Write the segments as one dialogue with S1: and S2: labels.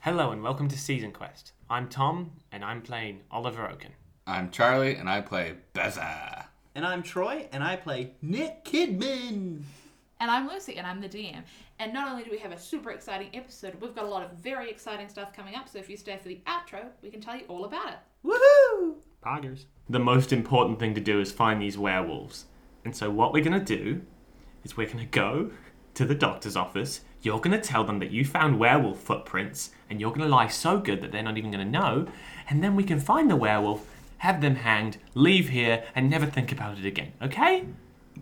S1: Hello and welcome to Season Quest. I'm Tom and I'm playing Oliver Oaken.
S2: I'm Charlie, and I play Beza.
S3: And I'm Troy, and I play Nick Kidman.
S4: And I'm Lucy, and I'm the DM. And not only do we have a super exciting episode, we've got a lot of very exciting stuff coming up. So if you stay for the outro, we can tell you all about it.
S3: Woohoo!
S1: Poggers. The most important thing to do is find these werewolves. And so what we're going to do is we're going to go to the doctor's office. You're going to tell them that you found werewolf footprints and you're going to lie so good that they're not even going to know. And then we can find the werewolf, have them hanged, leave here and never think about it again. Okay?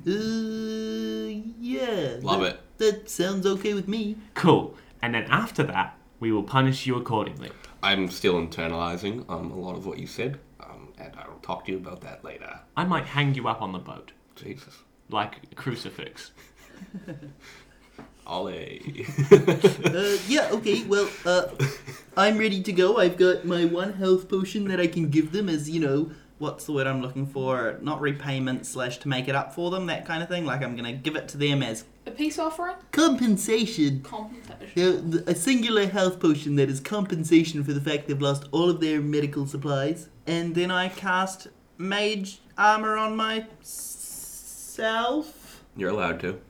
S3: Uh, yeah.
S2: Love
S3: that-
S2: it.
S3: That sounds okay with me.
S1: Cool. And then after that, we will punish you accordingly.
S2: I'm still internalizing um, a lot of what you said, um, and I'll talk to you about that later.
S1: I might hang you up on the boat
S2: Jesus.
S1: like a crucifix.
S2: Ollie.
S3: Uh, yeah, okay, well, uh, I'm ready to go. I've got my one health potion that I can give them as, you know, what's the word I'm looking for? Not repayment slash to make it up for them, that kind of thing. Like, I'm gonna give it to them as
S4: A peace offering?
S3: compensation.
S4: Compensation.
S3: They're- th- A singular health potion that is compensation for the fact they've lost all of their medical supplies. And then I cast mage armor on myself.
S2: You're allowed to.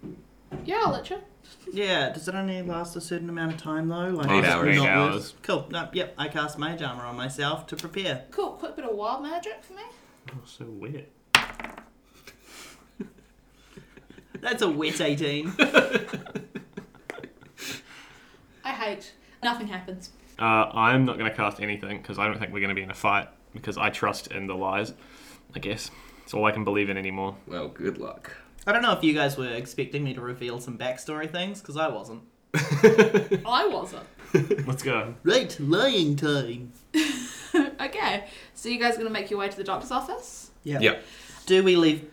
S4: Yeah, I'll let you.
S3: Yeah, does it only last a certain amount of time though? Like
S2: Eight
S3: is it
S2: hours.
S3: not
S1: Eight
S3: worth-
S1: hours.
S3: Cool. No, yep, I cast mage armor on myself to prepare.
S4: Cool. Quick bit of wild magic for me.
S1: Oh, so weird.
S3: That's a wet 18.
S4: I hate. Nothing happens.
S5: Uh, I'm not going to cast anything because I don't think we're going to be in a fight because I trust in the lies. I guess it's all I can believe in anymore.
S2: Well, good luck.
S3: I don't know if you guys were expecting me to reveal some backstory things, because I wasn't.
S4: I wasn't.
S5: Let's go.
S3: Right, lying time.
S4: okay. So you guys are going to make your way to the doctor's office?
S3: Yeah.
S2: Yep.
S3: Do we leave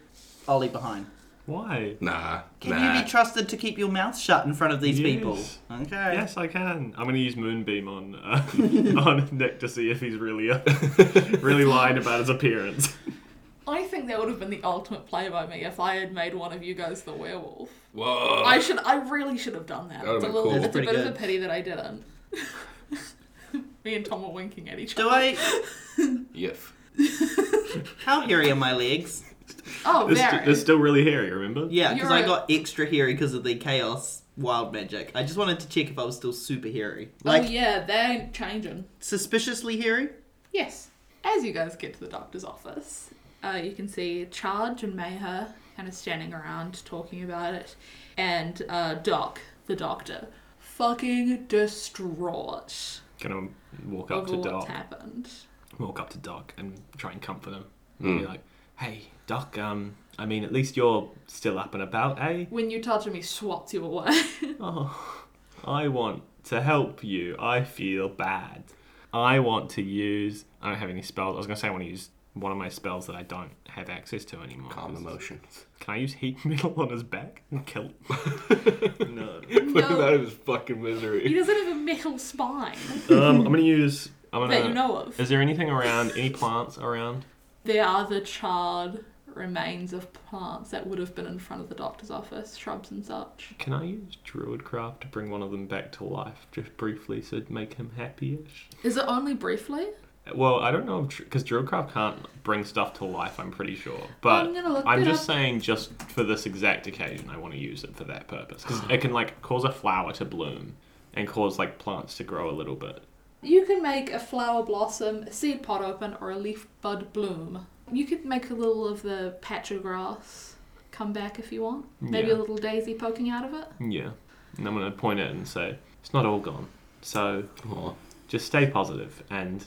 S3: Ollie behind?
S5: Why?
S2: Nah.
S3: Can
S2: nah.
S3: you be trusted to keep your mouth shut in front of these
S5: Yes.
S3: people? Okay.
S5: Yes, I can. I'm going to use Moonbeam on uh, on Nick to see if he's really uh, really lying about his appearance.
S4: I think that would have been the ultimate play by me if I had made one of you guys the werewolf.
S2: Whoa.
S4: I should. I really should have done that.
S2: Oh. That would've
S4: It's a,
S2: been
S4: little,
S2: cool.
S4: it's
S3: That's
S4: a bit
S3: pretty
S4: of
S3: good.
S4: a pity that I didn't. Me and Tom were winking at each other.
S3: Do I?
S2: Yes.
S3: How hairy are my legs?
S4: Oh,
S5: It's,
S4: very.
S5: it's still really hairy. Remember?
S3: Yeah, because
S4: You're
S3: I
S4: a-
S3: got extra hairy because of the chaos wild magic. I just wanted to check if I was still super hairy,
S4: oh
S3: like
S4: yeah, they ain't changing.
S3: suspiciously hairy.
S4: Yes. As you guys get to the doctor's office, uh, you can see Charge and Mayher kind of standing around talking about it, and uh, Doc, the doctor, fucking distraught
S5: Gonna walk up
S4: over
S5: to
S4: what's
S5: Doc.
S4: happened.
S5: Walk up to Doc and try and comfort him. Be like, Hey, Doc. Um, I mean, at least you're still up and about, eh?
S4: When you touch him, he swats you away.
S5: Oh, I want to help you. I feel bad. I want to use. I don't have any spells. I was gonna say I want to use one of my spells that I don't have access to anymore.
S2: Calm emotions.
S5: Can I use heat metal on his back and kill? no.
S2: Look at
S4: No.
S2: that in his fucking
S4: he
S2: misery.
S4: doesn't have a metal spine
S5: Um, I'm gonna use. I'm gonna.
S4: that you know of.
S5: Is there anything around? Any plants around?
S4: There are the charred remains of plants that would have been in front of the doctor's office, shrubs and such.
S5: Can I use druidcraft to bring one of them back to life, just briefly, so it'd make him happy-ish?
S4: Is it only briefly?
S5: Well, I don't know because druidcraft can't bring stuff to life. I'm pretty sure, but
S4: I'm gonna look
S5: I'm
S4: it
S5: just
S4: up.
S5: saying, just for this exact occasion, I want to use it for that purpose because it can like cause a flower to bloom and cause like plants to grow a little bit.
S4: You can make a flower blossom, a seed pod open, or a leaf bud bloom. You could make a little of the patch of grass come back if you want. Maybe a
S5: Yeah.
S4: little daisy poking out of it.
S5: Yeah, and I'm gonna point at it and say it's not all gone. So
S2: Aw.
S5: just stay positive, and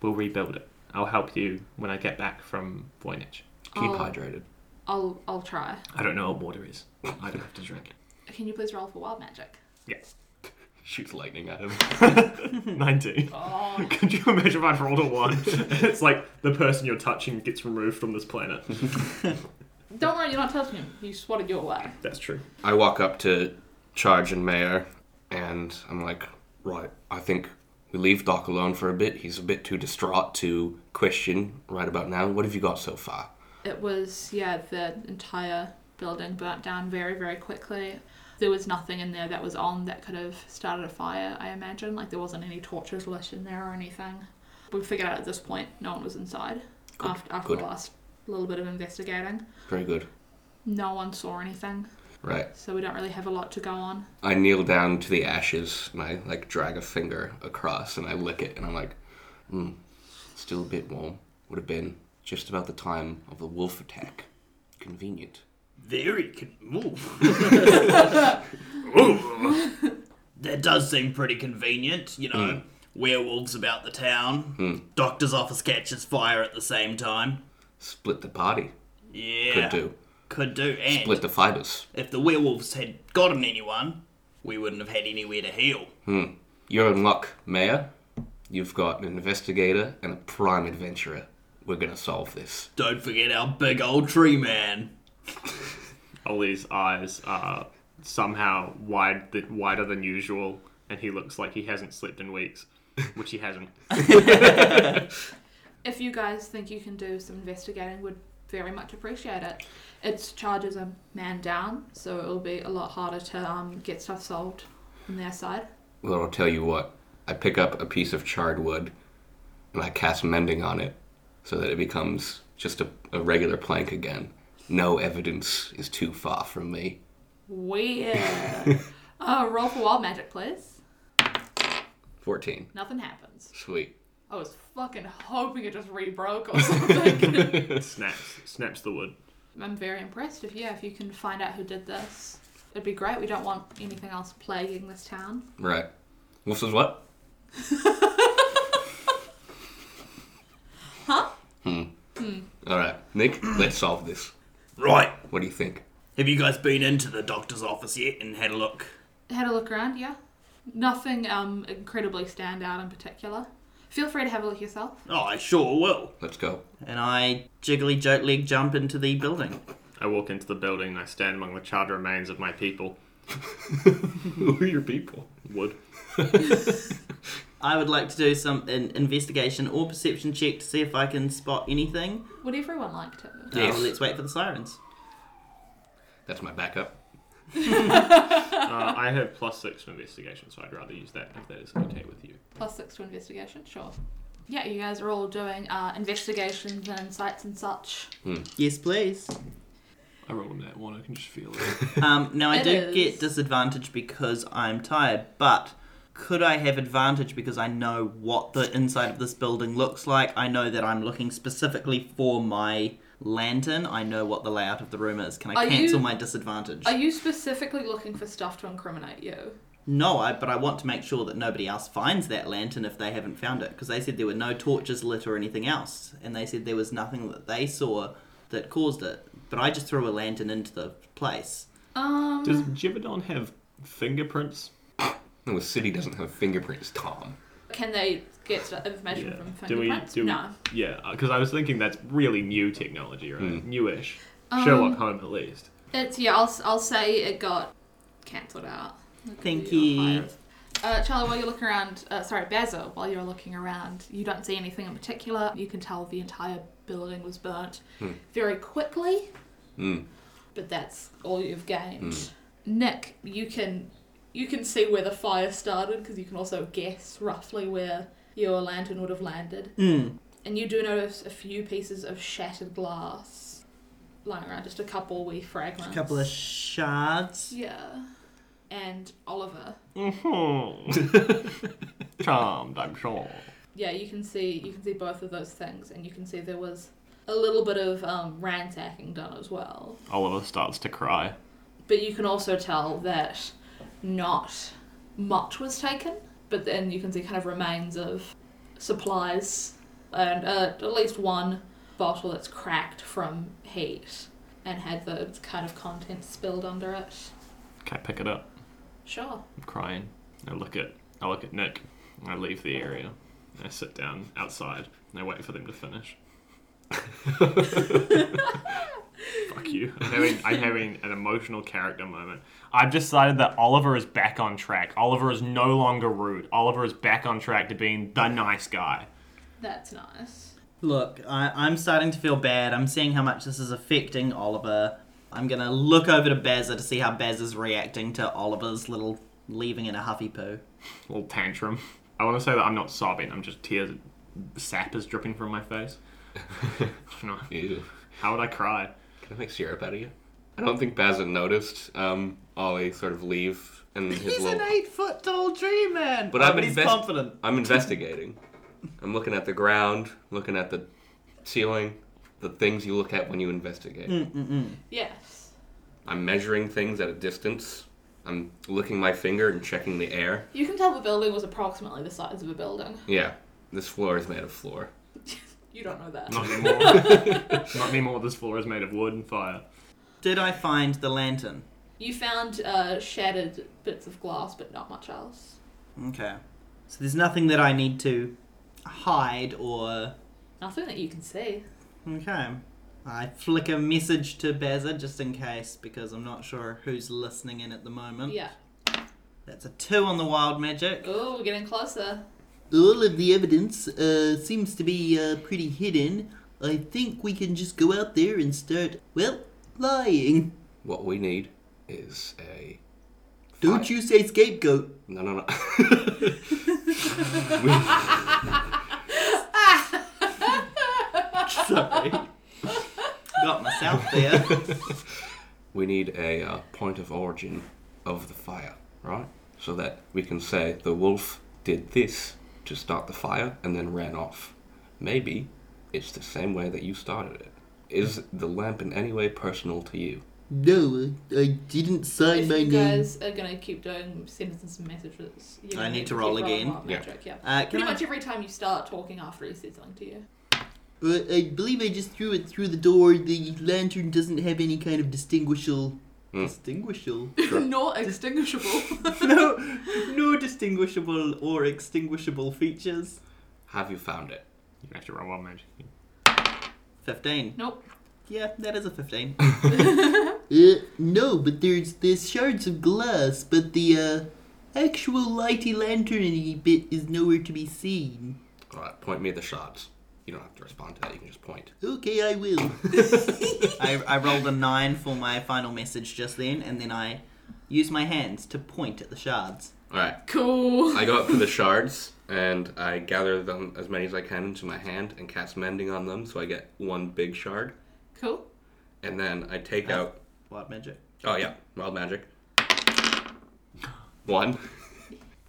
S5: we'll rebuild it. I'll help you when I get back from Voynich.
S2: Keep
S4: Oh.
S2: hydrated.
S4: I'll I'll try.
S5: I don't know what water is. I don't have to drink it.
S4: Can you please roll for wild magic?
S2: Shoots lightning at him.
S5: Nineteen.
S4: Oh,
S5: Could you imagine if I'd rolled a one? it's like the person you're touching gets removed from this planet.
S4: don't worry, you're not touching him. You swatted your way.
S5: That's true.
S2: I walk up to Charge and Mayor, and I'm like, right, I think we leave Doc alone for a bit. He's a bit too distraught to question right about now. What have you got so far?
S4: It was, yeah, the entire building burnt down very, very quickly. There was nothing in there that was on that could have started a fire, I imagine. Like, there wasn't any torches lit in there or anything. We figured out at this point no one was inside
S2: Good,
S4: after, after
S2: good.
S4: the last little bit of investigating.
S2: Very good.
S4: No one saw anything,
S2: Right.
S4: so we don't really have a lot to go on.
S2: I kneel down to the ashes and I like drag a finger across and I lick it and I'm like, hmm, still a bit warm. Would have been just about the time of the wolf attack. Convenient.
S3: Very con- ooh. that does seem pretty convenient, you know. Hmm. Werewolves about the town. Doctor's office catches fire at the same time.
S2: Split the party.
S3: Yeah.
S2: Could do.
S3: Could do. And
S2: Split the fibers.
S3: if the werewolves had gotten anyone, we wouldn't have had anywhere to heal.
S2: You're in luck, Mayor. You've got an investigator and a prime adventurer. We're gonna solve this.
S3: Don't forget our big old tree man.
S5: Ollie's eyes are somehow wide, th- wider than usual, and he looks like he hasn't slept in weeks, which he hasn't.
S4: If you guys think you can do some investigating, would very much appreciate it. Its charges a man down, so it'll be a lot harder to um, get stuff solved on their side.
S2: Well, I'll tell you what. I pick up a piece of charred wood and I cast mending on it so that it becomes just a, a regular plank again. No evidence is too far from me.
S4: Weird. uh, roll for wild magic, please.
S2: 14.
S4: Nothing happens.
S2: Sweet.
S4: I was fucking hoping it just re-broke or something.
S5: snaps, snaps the wood.
S4: I'm very impressed. If yeah, if you can find out who did this, it'd be great. We don't want anything else plaguing this town.
S2: Right. Wolf says what?
S4: Huh?
S2: Alright. Hmm. Nick, let's solve this.
S3: Right.
S2: What do you think?
S3: Have you guys been into the doctor's office yet and had a look?
S4: Had a look around, yeah. Nothing um incredibly stand out in particular. Feel free to have a look yourself.
S3: Oh, I sure will.
S2: Let's go.
S3: And I jiggly joke leg jump into the building.
S5: I walk into the building and I stand among the charred remains of my people.
S2: Who are your people?
S5: Wood.
S3: I would like to do some an investigation or perception check to see if I can spot anything.
S4: Would everyone like to?
S3: Uh,
S2: Yes.
S3: let's wait for the sirens.
S2: That's my backup.
S5: Uh, I have plus six to investigation, so I'd rather use that if that is okay with you.
S4: Plus six to investigation, sure. Yeah, you guys are all doing uh, investigations and insights and such.
S3: Yes, please.
S5: I rolled on that one, I can just feel it.
S3: Um, now I
S4: It
S3: do
S4: is.
S3: get disadvantage because I'm tired, but could I have advantage because I know what the inside of this building looks like? I know that I'm looking specifically for my lantern. I know what the layout of the room is. Can I
S4: Are you-
S3: cancel my disadvantage?
S4: Are you specifically looking for stuff to incriminate you?
S3: No, I, but I want to make sure that nobody else finds that lantern if they haven't found it, because they said there were no torches lit or anything else, and they said there was nothing that they saw that caused it. But I just threw a lantern into the place.
S4: Um,
S5: Does Jivadon have fingerprints?
S2: No, the city doesn't have fingerprints, Tom.
S4: can they get stu- information from
S5: Do we?
S4: fingerprints?
S5: Do we?
S4: no.
S5: Yeah, because I was thinking that's really new technology, right? Newish. Sherlock Holmes, at least.
S4: It's yeah. I'll s- I'll say it got cancelled out.
S3: Thank
S4: Yeah,
S3: you.
S4: Uh, Charlie, while you're looking around, uh, sorry, Basil, while you're looking around, you don't see anything in particular. You can tell the entire building was burnt
S5: Hmm.
S4: very quickly,
S2: Mm,
S4: but that's all you've gained.
S5: Hmm.
S4: Nick, you can you can see where the fire started because you can also guess roughly where your lantern would have landed,
S3: Hmm.
S4: and you do notice a few pieces of shattered glass lying around, just a couple wee fragments.
S3: A couple of shards.
S4: yeah, and Oliver.
S5: Charmed, Mm-hmm. I'm sure.
S4: yeah, you can see you can see both of those things, and you can see there was a little bit of um, ransacking done as well.
S5: Oliver starts to cry.
S4: But you can also tell that not much was taken, but then you can see kind of remains of supplies and uh, at least one bottle that's cracked from heat and had the kind of contents spilled under it.
S5: Can I pick it up?
S4: Sure.
S5: I'm crying. I look at I look at Nick. I leave the area. I sit down outside and I wait for them to finish. Fuck you. I'm having, I'm having an emotional character moment.
S1: I've decided that Oliver is back on track. Oliver is no longer rude. Oliver is back on track to being the nice guy.
S4: That's nice.
S3: Look, I, I'm starting to feel bad. I'm seeing how much this is affecting Oliver. I'm gonna look over to Bazza to see how Bazza's reacting to Oliver's little leaving in a huffy poo.
S5: little tantrum. I want to say that I'm not sobbing. I'm just tears, sap is dripping from my face. You know,
S2: Ew.
S5: How would I cry?
S2: Can I make syrup out of you? I don't think Bazin noticed um, Ollie sort of leave and his
S3: He's
S2: little.
S3: an eight foot tall tree man, Oh,
S2: But I'm
S3: he's
S2: invest-
S3: confident.
S2: I'm investigating. I'm looking at the ground, looking at the ceiling, the things you look at when you investigate.
S3: Mm.
S4: Yes.
S2: I'm measuring things at a distance. I'm licking my finger and checking the air.
S4: You can tell the building was approximately the size of a building.
S2: Yeah, this floor is made of floor.
S4: You don't know that.
S5: Not anymore. Not anymore. This floor is made of wood and fire.
S3: Did I find the lantern?
S4: You found uh, shattered bits of glass, but not much else.
S3: Okay. So there's nothing that I need to hide or.
S4: Nothing that you can see.
S3: Okay. I flick a message to Bazza just in case because I'm not sure who's listening in at the moment.
S4: Yeah.
S3: That's a two on the wild magic.
S4: Oh, we're getting closer.
S3: All of the evidence uh, seems to be uh, pretty hidden. I think we can just go out there and start, well, lying.
S2: What we need is a.
S3: Don't
S2: fire-
S3: you say scapegoat.
S2: No, no, no.
S3: Sorry. Got myself there.
S2: we need a uh, point of origin of the fire, right? So that we can say the wolf did this to start the fire and then ran off. Maybe it's the same way that you started it. Is the lamp in any way personal to you?
S3: No, I didn't sign
S4: if
S3: my
S4: you
S3: name.
S4: guys are gonna keep doing sentences and messages, you
S3: I need to
S4: keep
S3: roll
S4: rolling
S3: again.
S4: wild
S2: Yeah.
S4: magic, yeah.
S3: Uh, can
S4: Pretty
S3: I,
S4: much every time you start talking after he said something to you.
S3: uh, I believe I just threw it through the door. The lantern doesn't have any kind of distinguishable.
S2: Hmm.
S3: Distinguishable?
S2: Sure.
S4: Not extinguishable.
S3: no, no distinguishable or extinguishable features.
S2: Have you found it?
S5: You have to roll wild magic.
S3: 15.
S4: nope.
S3: Yeah, that is a 15. uh, no, but there's there's shards of glass, but the uh, actual lighty lanterny bit is nowhere to be seen.
S2: All right, point me at the shots. You don't have to respond to that. You can just point.
S3: Okay, I will. I, I rolled a 9 for my final message just then, and then I use my hands to point at the shards.
S2: All right.
S4: Cool.
S2: I go up to the shards and I gather them as many as I can into my hand and cast mending on them, so I get one big shard.
S4: Cool.
S2: And then I take out
S3: Wild magic.
S2: Oh yeah, wild magic. One.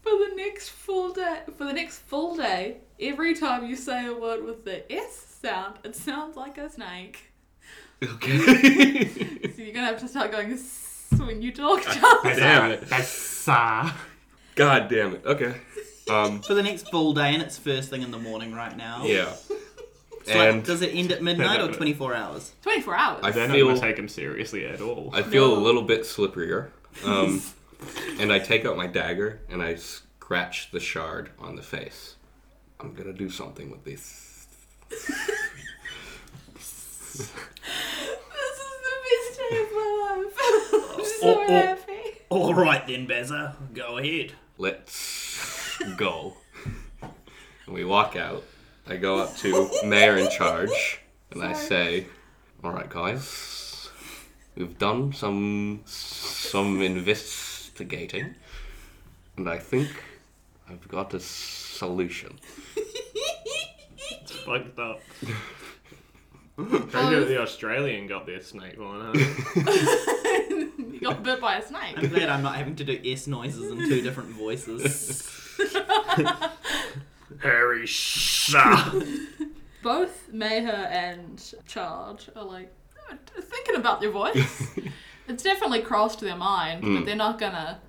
S4: For the next full day, for the next full day, every time you say a word with the S sound, it sounds like a snake.
S2: Okay.
S4: So you're gonna have to start going "S" when you talk. Charles.
S2: damn it.
S5: That's uh,
S2: God damn it. Okay. Um.
S3: For the next full day, and it's first thing in the morning right now.
S2: Yeah.
S3: It's like,
S2: And
S3: does it end at midnight or 24 hours?
S4: 24 hours.
S2: I
S5: they're not
S2: feel
S5: gonna take him seriously at all.
S2: I feel a little bit slipperier. Um. And I take out my dagger and I scratch the shard on the face. I'm gonna do something with this.
S4: This is the best day of my life. I'm so
S3: Oh, oh.
S4: happy.
S3: All right then, Bezza. Go ahead.
S2: Let's go. And we walk out. I go up to Mayor in charge and I say, All right, guys, we've done some some investigating, and I think I've got a solution.
S5: It's fucked up. Pretty sure the Australian got their snake one. Huh?
S4: you got bit by a
S3: I'm
S4: snake.
S3: glad I'm not having to do S noises in two different voices.
S5: Harry Shah.
S4: Both Mayher and Charge are like "Oh, t- thinking about their voice. it's definitely crossed their mind, but they're not gonna.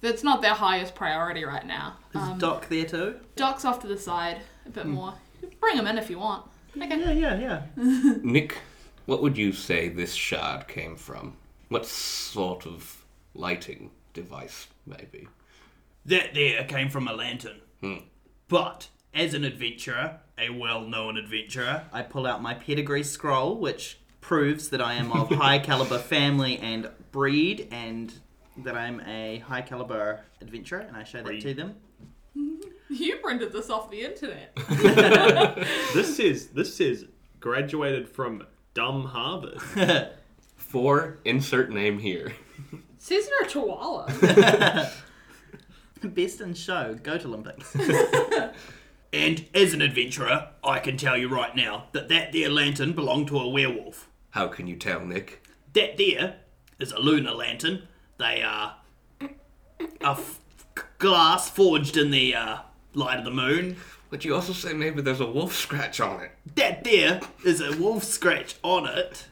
S4: That's not their highest priority right now.
S3: Is
S4: Um,
S3: Doc there too?
S4: Doc's off to the side a bit more. Bring him in if you want. Okay.
S3: Yeah, yeah, yeah.
S2: Nick, what would you say this shard came from? What sort of lighting device, maybe?
S3: That there came from a lantern. But as an adventurer, a well-known adventurer, I pull out my pedigree scroll, which proves that I am of high caliber family and breed, and that I'm a high caliber adventurer, and I show that to them.
S4: You printed this off the internet.
S5: this is this is graduated from Dumb Harvard.
S2: for insert name here.
S4: Says you're a chihuahua.
S3: Best in show, go to Olympics. and as an adventurer, I can tell you right now that that there lantern belonged to a werewolf.
S2: How can you tell, Nick?
S3: That there is a lunar lantern. They are a f- glass forged in the uh, light of the moon.
S2: Would you also say maybe there's a wolf scratch on it?
S3: That there is a wolf scratch on it.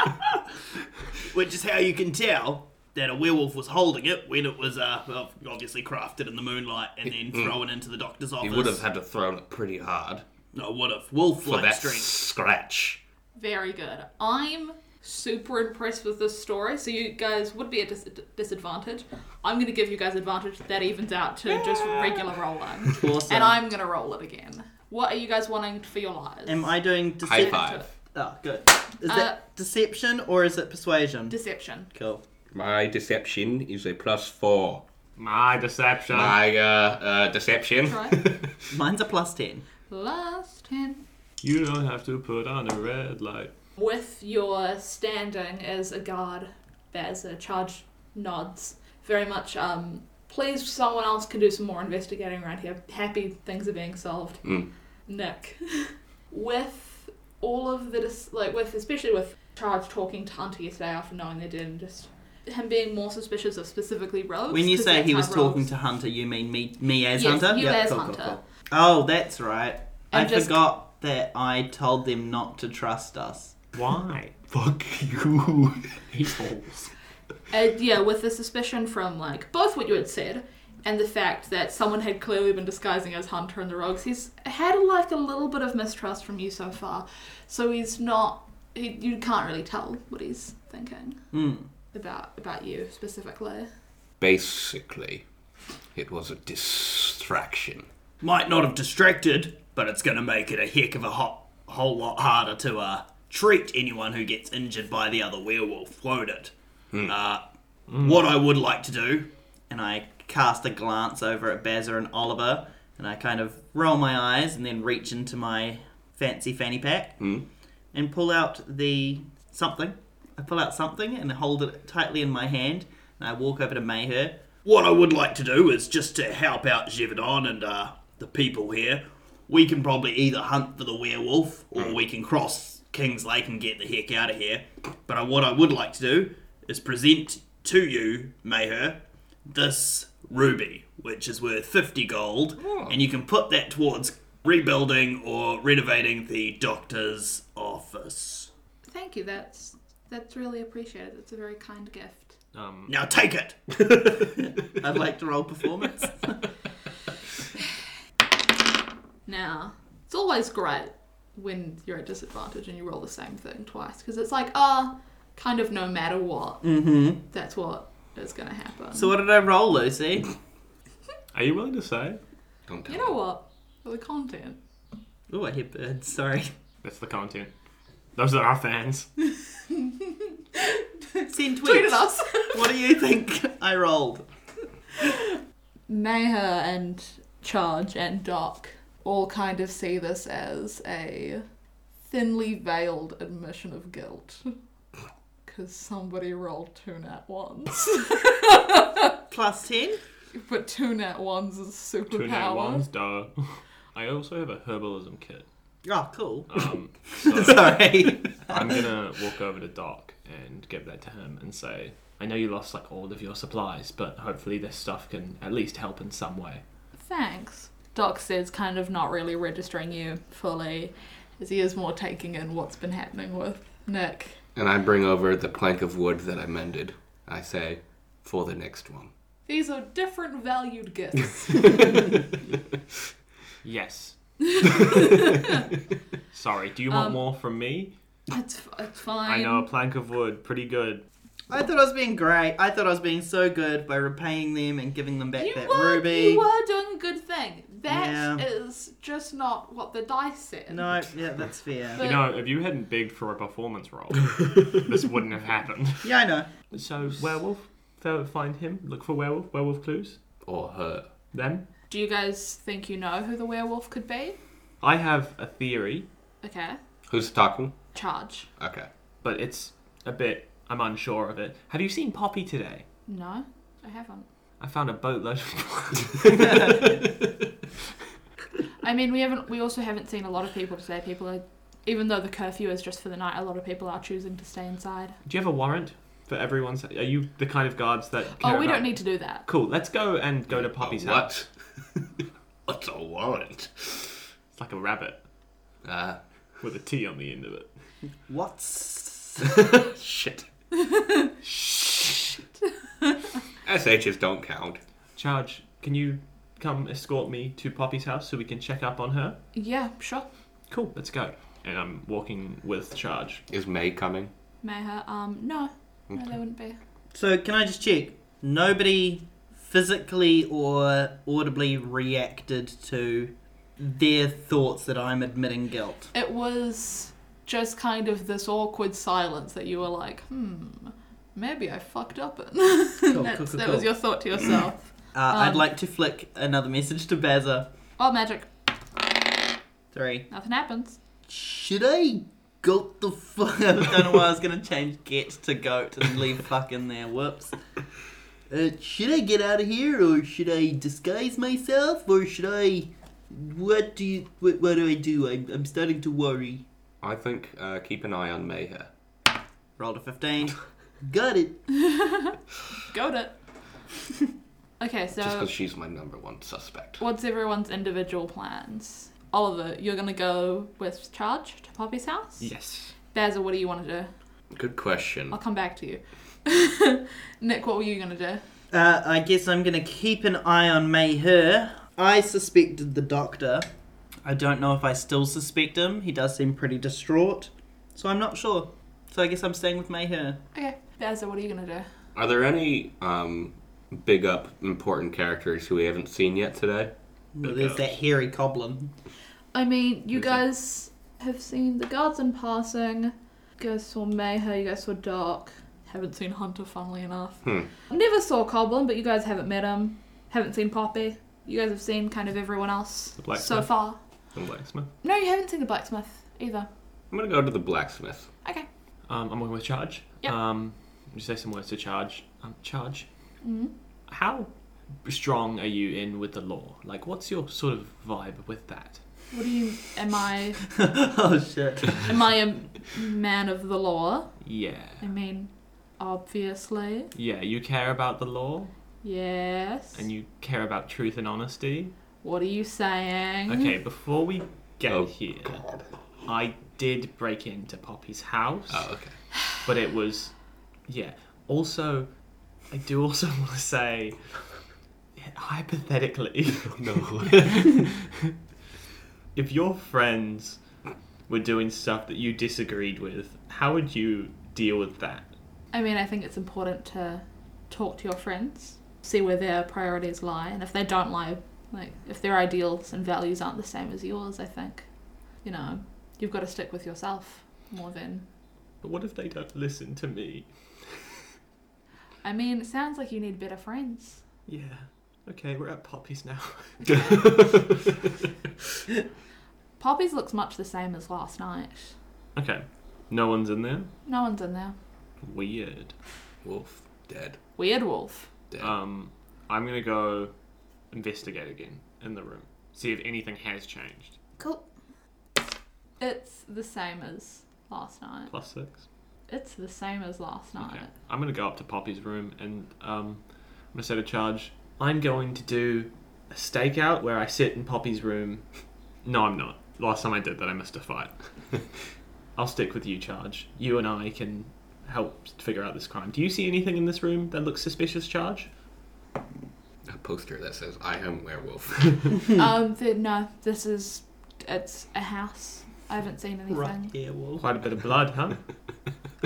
S3: Which is how you can tell that a werewolf was holding it when it was uh, well, obviously crafted in the moonlight and then thrown into the doctor's office.
S2: You Hmm. would have had to throw it pretty hard
S3: No, would have. Wolf
S2: for
S3: like
S2: that
S3: strength.
S2: scratch.
S4: Very good. I'm super impressed with this story. So you guys would be at dis- disadvantage. I'm going to give you guys advantage. That evens out to just regular rolling.
S3: Awesome.
S4: And I'm going to roll it again. What are you guys wanting for your lives?
S3: Am I doing
S2: High
S3: deception?
S2: five.
S3: Oh, good. Is
S4: Uh,
S3: that deception or is it persuasion?
S4: Deception.
S3: cool.
S2: My deception is a plus four.
S5: My deception.
S2: My uh, uh, deception.
S4: Right.
S3: Mine's a plus 10.
S4: Last 10.
S5: You don't have to put on a red light.
S4: With your standing as a guard, as a charge nods, very much, um, please, someone else can do some more investigating around here. Happy things are being solved.
S2: Mm.
S4: Nick, with all of the, dis- like, with, especially with Charge talking to Hunter yesterday after knowing they did, and just him being more suspicious of specifically rogues.
S3: When you
S4: 'cause
S3: say
S4: that's
S3: he
S4: how
S3: was talking
S4: rogues-
S3: to Hunter, you mean me, me as
S4: Yes,
S3: Hunter?
S4: you
S3: Yeah,
S4: as
S3: cool, cool,
S4: Hunter.
S3: cool. Oh, that's right. I
S4: And just-
S3: forgot that I told them not to trust us.
S5: Why?
S2: Fuck you.
S5: He falls.
S4: Uh, yeah, with the suspicion from like both what you had said and the fact that someone had clearly been disguising as Hunter and the Rogues, he's had like a little bit of mistrust from you so far. So he's not. He, you can't really tell what he's thinking about about you specifically.
S2: Basically, it was a distraction.
S3: Might not have distracted, but it's going to make it a heck of a hot, whole lot harder to uh, treat anyone who gets injured by the other werewolf, won't it? Uh, What I would like to do, and I cast a glance over at Bazza and Oliver, and I kind of roll my eyes and then reach into my fancy fanny pack and pull out the something. I pull out something and hold it tightly in my hand, and I walk over to Mayher. What I would like to do is just to help out Jevadon and uh, the people here. We can probably either hunt for the werewolf or we can cross King's Lake and get the heck out of here. But I, what I would like to do is present to you, Mayher, this ruby, which is worth 50 gold, and you can put that towards rebuilding or renovating the doctor's office.
S4: Thank you. That's that's really appreciated. It's a very kind gift.
S5: Um,
S3: Now take it! I'd like to roll performance.
S4: Now, it's always great when you're at disadvantage and you roll the same thing twice because it's like, ah, kind of no matter what, mm-hmm. that's what is going to happen.
S3: Hmm. so, what did I roll, Lucy?
S5: are you willing to say?
S2: Don't tell
S4: you know what? For the content.
S3: Oh, I hear birds, sorry.
S5: That's the content. Those are our fans.
S3: Send
S4: Tweet
S3: tweets.
S4: at us.
S3: What do you think I rolled?
S4: Meher and Charge and Doc all kind of see this as a thinly veiled admission of guilt. Because somebody rolled two nat ones.
S3: Plus 10?
S4: but two nat ones is superpower.
S5: Two net ones, duh. I also have a herbalism kit.
S3: Oh, cool.
S5: Um, so
S3: sorry.
S5: I'm gonna walk over to Doc and give that to him and say, I know you lost like all of your supplies, but hopefully this stuff can at least help in some way.
S4: Thanks. Doc says, kind of not really registering you fully, as he is more taking in what's been happening with Nick.
S2: And I bring over the plank of wood that I mended. I say, for the next one.
S4: These are different valued gifts.
S5: Yes. Sorry, do you want
S4: Um,
S5: more from me?
S4: it's, f- it's fine.
S5: I know a plank of wood, pretty good.
S3: I thought I was being great. I thought I was being so good by repaying them and giving them back
S4: You
S3: that
S4: were,
S3: ruby.
S4: you were doing a good thing. That
S3: Yeah.
S4: is just not what the dice said.
S3: No, yeah, that's fair.
S5: You know, if you hadn't begged for a performance role, this wouldn't have happened.
S3: Yeah, I know.
S5: So, werewolf, Fo- find him, look for werewolf, werewolf clues,
S2: Or her.
S5: then.
S4: Do you guys think you know who the werewolf could be?
S5: I have a theory.
S4: Okay.
S2: Who's talking?
S4: Charge.
S2: Okay.
S5: but it's a bit. I'm unsure of it. Have you seen Poppy today?
S4: No, I haven't.
S5: I found a boatload of.
S4: I mean, we haven't. We also haven't seen a lot of people today. People are, even though the curfew is just for the night, a lot of people are choosing to stay inside.
S5: Do you have a warrant for everyone's? Are you the kind of guards that? Care
S4: oh, we
S5: about-
S4: don't need to do that.
S5: Cool. Let's go and go to Poppy's
S2: a
S5: house.
S2: what? What's a warrant?
S5: It's like a rabbit
S2: Uh,
S5: with a T on the end of it.
S3: What's
S2: shit. SHs don't count.
S5: Charge. Can you come escort me to Poppy's house so we can check up on her?
S4: Yeah, sure.
S5: Cool. Let's go. And I'm walking with Charge.
S2: Is May coming?
S4: Meher, um, no, no, there wouldn't be.
S3: So can I just check? Nobody physically or audibly reacted to their thoughts that I'm admitting guilt.
S4: It was just kind of this awkward silence that you were like, hmm, maybe I fucked up. It.
S3: cool,
S4: That's-
S3: cool,
S4: that
S3: cool.
S4: was your thought to yourself.
S3: Uh, I'd
S4: Um,
S3: like to flick another message to Bazza.
S4: oh, magic,
S3: Three.
S4: nothing happens.
S3: Should I goat the fuck? I don't know why I was gonna change get to goat and leave fuck in there. Whoops. Uh, should I get out of here, or should I disguise myself, or should I? What do you? What, what do I do? I'm, I'm starting to worry.
S2: I think uh, keep an eye on May here.
S3: Rolled a fifteen. Got it.
S4: Got it. okay, so
S2: Just because she's my number one suspect.
S4: What's everyone's individual plans? Oliver, you're gonna go with Charge to Poppy's house?
S5: Yes.
S4: Basil, what do you want to do?
S2: Good question.
S4: I'll come back to you. Nick, what were you gonna do?
S3: Uh, I guess I'm gonna keep an eye on Mayher. I suspected the doctor. I don't know if I still suspect him. He does seem pretty distraught, so I'm not sure. So I guess I'm staying with Mayher.
S4: Okay, Basil, what are you gonna do?
S2: Are there any um, big up important characters who we haven't seen yet today?
S3: Well,
S5: Big
S3: there's
S5: ups.
S3: that hairy goblin.
S4: I mean, you
S2: Listen.
S4: guys have seen the guards in passing. You guys saw Mayher, you guys saw Dark. Haven't seen Hunter, funnily enough.
S2: Hmm.
S4: Never saw Coblin, but you guys haven't met him. Haven't seen Poppy. You guys have seen kind of everyone else
S5: The blacksmith.
S4: so far.
S5: The blacksmith.
S4: No, you haven't seen the blacksmith either.
S2: I'm gonna go to the blacksmith.
S4: Okay.
S5: Um, I'm walking with Charge.
S4: Yep.
S5: Um, you say some words to Charge. Um, Charge.
S4: hmm
S5: How strong are you in with the law? Like, what's your sort of vibe with that?
S4: What do you? Am I?
S3: oh shit.
S4: Am I a man of the law?
S5: Yeah.
S4: I mean, obviously,
S5: Yeah, you care about the law
S4: yes.
S5: and you care about truth and honesty.
S4: What are you saying?
S5: Okay, before we get
S2: Oh,
S5: here,
S2: God.
S5: I did break into Poppy's house,
S2: Oh, okay.
S5: but it was, yeah. Also, I do also want to say, hypothetically, if your friends were doing stuff that you disagreed with, how would you deal with that?
S4: I mean, I think it's important to talk to your friends, see where their priorities lie, and if they don't lie, like if their ideals and values aren't the same as yours, I think, you know, you've got to stick with yourself more than.
S5: But what if they don't listen to me?
S4: I mean, it sounds like you need better friends.
S5: Yeah. Okay, we're at Poppy's now.
S4: Poppy's looks much the same as last night.
S5: Okay. No one's in there.
S4: No one's in there.
S5: Weird.
S2: Wolf dead.
S4: Weird wolf.
S2: Dead.
S5: Um, I'm gonna go investigate again in the room. See if anything has changed.
S4: Cool. It's the same as last night.
S5: Plus six.
S4: It's the same as last night.
S5: Okay. I'm gonna go up to Poppy's room and um, I'm gonna set a charge. I'm going to do a stakeout where I sit in Poppy's room. No, I'm not. Last time I did that, I missed a fight. I'll stick with you, Charge. You and I can help figure out this crime. Do you see anything in this room that looks suspicious, Charge?
S2: a poster that says "I am werewolf."
S4: um, th- no, this is it's a house. I haven't seen anything.
S3: Right here, Wolf.
S5: Quite a bit of blood, huh?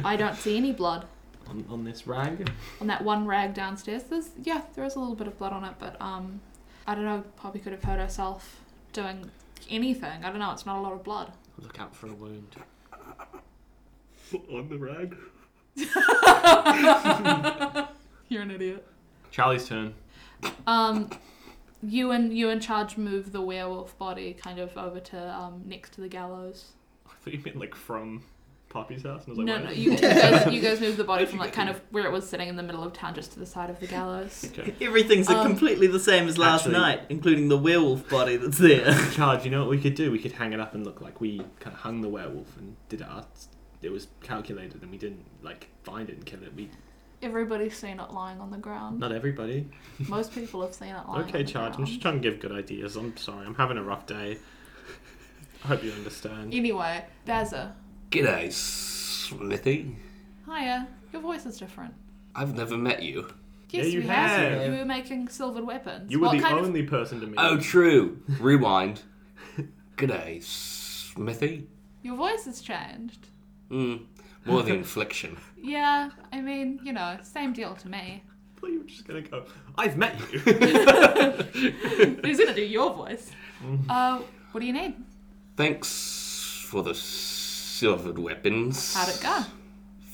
S4: I don't see any blood
S5: on, on this rag.
S4: on that one rag downstairs. There's yeah, there is a little bit of blood on it, but um, I don't know. Poppy could have hurt herself doing anything. I don't know. It's not a lot of blood.
S5: Look out for a wound. on the rag.
S4: You're an idiot.
S5: Charlie's turn.
S4: Um, you and you in charge move the werewolf body kind of over to um next to the gallows.
S5: I thought you meant like from Poppy's house? And I was like,
S4: No,
S5: why
S4: no,
S5: not?
S4: you, you guys, you guys moved the body from like kind of where it was sitting in the middle of town, just to the side of the gallows.
S5: Okay.
S3: Everything's
S4: Um,
S3: completely the same as last
S5: actually-
S3: night, including the werewolf body that's there.
S5: Charge, you know what we could do? We could hang it up and look like we kind of hung the werewolf and did it. Our, it was calculated and we didn't, like, find it and kill it. We
S4: Everybody's seen it lying on the ground.
S5: Not everybody.
S4: Most people have seen it lying.
S5: Okay,
S4: on the
S5: Charge, I'm
S4: ground.
S5: just trying to give good ideas. I'm sorry. I'm having a rough day. I hope you understand.
S4: Anyway, Bazza,
S2: G'day, Smithy.
S4: hiya. Your voice is different.
S2: I've never met you.
S5: Yeah,
S4: Yes,
S5: you
S4: we
S5: have.
S4: You were making silvered weapons.
S5: You were
S4: what
S5: the
S4: kind
S5: only person to meet.
S2: Oh, true. Rewind. G'day, Smithy.
S4: of your voice has changed?
S2: Hmm. More the infliction.
S4: Yeah, I mean, you know, same deal to me.
S5: I thought you were just going to go, I've met you.
S4: Who's gonna do your voice? Uh, what do you need?
S2: Thanks for the silvered weapons.
S4: How'd it go?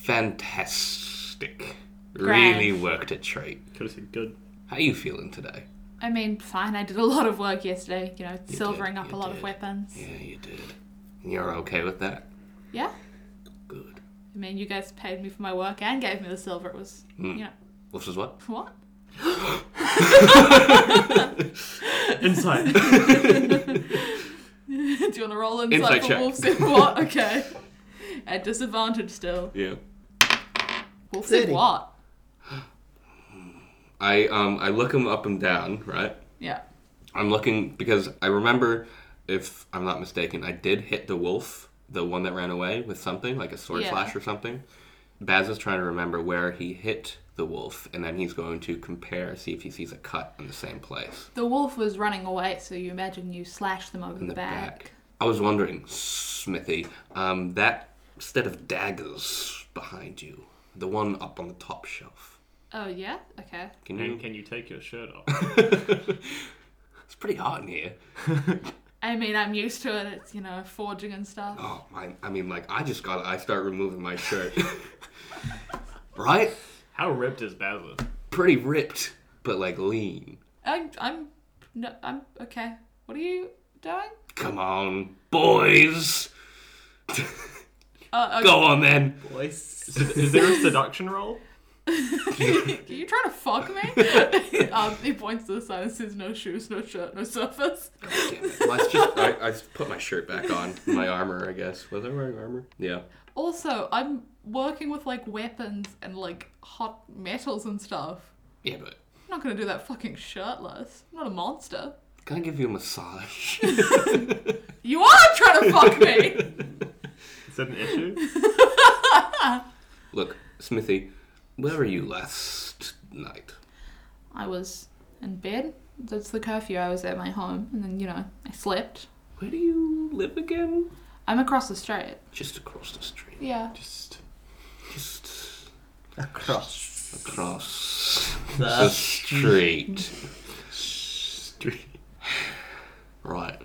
S2: Fantastic.
S4: Grand.
S2: Really worked a treat.
S5: Could have said good.
S2: How you feeling today?
S4: I mean, fine. I did a lot of work yesterday. You know,
S2: You
S4: silvering
S2: did,
S4: up a
S2: you
S4: lot of
S2: did.
S4: weapons. Yeah.
S2: Yeah, you did. You're okay with that? Good.
S4: I mean, you guys paid me for my work and gave me the silver. It was,
S2: Hmm.
S4: you know,
S2: This is what?
S4: what?
S5: Insight.
S4: do you want to roll inside
S2: Insight
S4: for
S2: check.
S4: wolves? in what? Okay. At disadvantage still.
S2: Yeah.
S4: Wolves in
S3: Thirty.
S4: what?
S2: I um I look him up and down, right?
S4: Yeah.
S2: I'm looking because I remember, if I'm not mistaken, I did hit the wolf, the one that ran away with something like a sword
S4: Yeah.
S2: slash or something. Baz is trying to remember where he hit the wolf, and then he's going to compare, see if he sees a cut in the same place
S4: The wolf was running away, so you imagine you slashed them over
S2: in
S4: the,
S2: the back.
S4: back.
S2: I was wondering, Smithy, um, that set of daggers behind you, the one up on the top shelf.
S4: Oh yeah. Okay.
S2: Can you?
S5: and can you take your shirt off?
S2: It's pretty hot in here.
S4: I mean, I'm used to it. It's you know forging and stuff.
S2: Oh my! I mean, like I just got. I start removing my shirt. right?
S5: How ripped is Basil?
S2: Pretty ripped, but like lean.
S4: I'm I'm no I'm okay. What are you doing?
S2: Come on, boys.
S4: Uh,
S2: Go on then.
S3: Voice.
S5: Is there a seduction roll?
S4: okay. Are you trying to fuck me? um, he points to the side and says, "No shoes, no shirt, no surface."
S2: Damn it. Let's just. I, I just put my shirt back on. My armor, I guess. Was I wearing armor? Yeah.
S4: Also, I'm working with like weapons and like hot metals and stuff.
S2: Yeah, but
S4: I'm not gonna do that fucking shirtless. I'm not a monster.
S2: can I give you a massage?
S4: You are trying to fuck me.
S5: Is that an issue?
S2: Look, Smithy, where were you last night?
S4: I was in bed. That's the curfew. I was at my home, and then you know I slept.
S2: Where do you live again?
S4: I'm across the street.
S2: Just across the street.
S4: Yeah.
S5: Just
S2: Just
S3: Across
S2: across the
S3: the
S2: street.
S5: street.
S2: Right.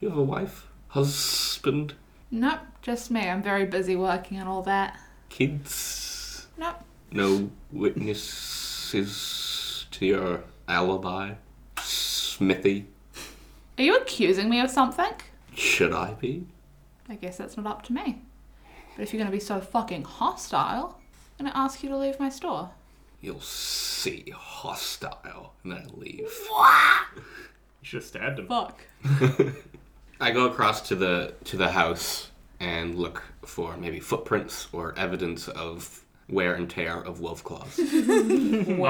S2: You have a wife, husband,
S4: Nope, just me. I'm very busy working and all that.
S2: kids.
S4: Nope.
S2: No witnesses to your alibi, Smithy.
S4: Are you accusing me of something?
S2: Should I be?
S4: I guess that's not up to me. But if you're gonna be so fucking hostile, I'm gonna ask you to leave my store.
S2: You'll see hostile, and I
S5: You
S2: leave.
S5: should have stabbed him.
S4: Fuck.
S2: I go across to the to the house and look for maybe footprints or evidence of wear and tear of wolf claws.
S4: Where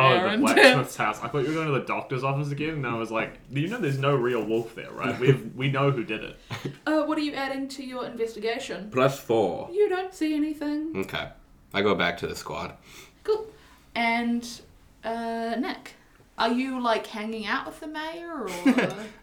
S5: oh, the
S4: and
S5: blacksmith's house. I thought you were going to the doctor's office again, and I was like, you know, there's no real wolf there, right? We have, we know who did it.
S4: Uh, what are you adding to your investigation?
S2: Plus four.
S4: You don't see anything.
S2: Okay. I go back to the squad.
S4: Cool. And uh, Nick, are you like hanging out with the mayor or?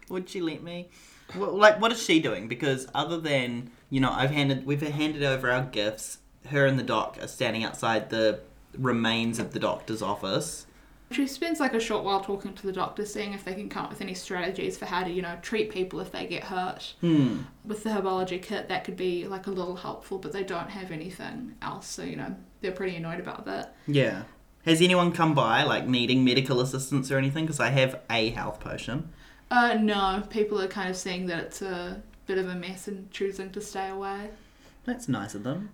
S3: Would she let me? Well, like, what is she doing? Because other than you know, I've handed we've handed over our gifts. Her and the doc are standing outside the remains of the doctor's office.
S4: She spends like a short while talking to the doctor, seeing if they can come up with any strategies for how to, you know, treat people if they get hurt. With the herbology kit, that could be like a little helpful, but they don't have anything else, so you know they're pretty annoyed about that.
S3: Yeah. Has anyone come by like needing medical assistance or anything? Because I have a health potion.
S4: Uh, no, people are kind of seeing that it's a bit of a mess and choosing to stay away.
S3: That's nice of them.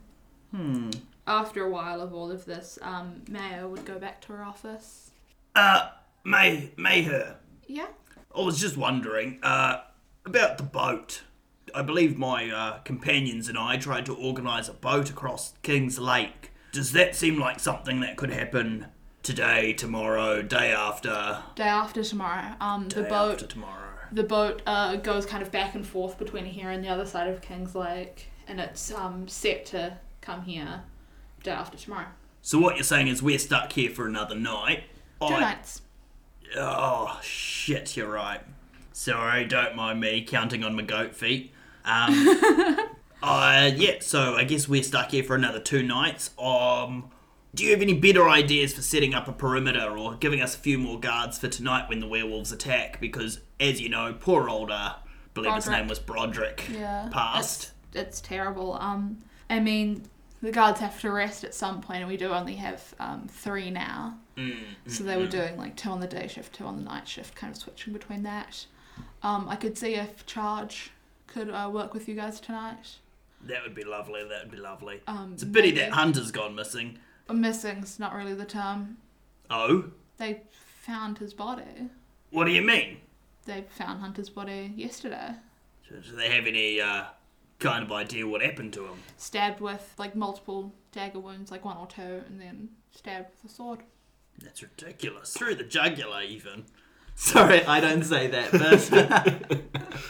S3: Hmm.
S4: After a while of all of this, um, Maya would go back to her office.
S3: Uh, May Mayher,
S4: Yeah.
S3: I was just wondering uh, about the boat. I believe my uh, companions and I tried to organise a boat across King's Lake. Does that seem like something that could happen today, tomorrow, day after,
S4: Day after tomorrow, um, the
S3: day
S4: boat
S3: after tomorrow?
S4: the boat uh, goes kind of back and forth between here and the other side of King's Lake, and it's um, set to come here day after tomorrow.
S3: So what you're saying is we're stuck here for another night.
S4: Two
S3: I-
S4: nights.
S3: Oh shit, you're right. Sorry, don't mind me counting on my goat feet. Um, uh, yeah. So I guess we're stuck here for another two nights. Um, do you have any better ideas for setting up a perimeter or giving us a few more guards for tonight when the werewolves attack? Because as you know, poor old uh, I believe his
S4: Broderick.
S3: name was Broderick.
S4: Yeah.
S3: Passed.
S4: It's, it's terrible. Um, I mean, the guards have to rest at some point, and we do only have um, three now.
S3: Mm,
S4: So they were doing like two on the day shift, two on the night shift, kind of switching between that. Um, I could see if Charge could uh, work with you guys tonight.
S3: That would be lovely. That would be lovely.
S4: Um,
S3: it's a pity
S4: maybe-
S3: that Hunter's gone missing.
S4: Missing's not really the term.
S3: Oh,
S4: They found his body.
S3: what do you mean?
S4: They found Hunter's body yesterday.
S3: Do do they have any uh, kind of idea what happened to him?
S4: Stabbed with like multiple dagger wounds, like one or two, and then stabbed with a sword.
S3: That's ridiculous. Through the jugular, even. Sorry, I don't say that,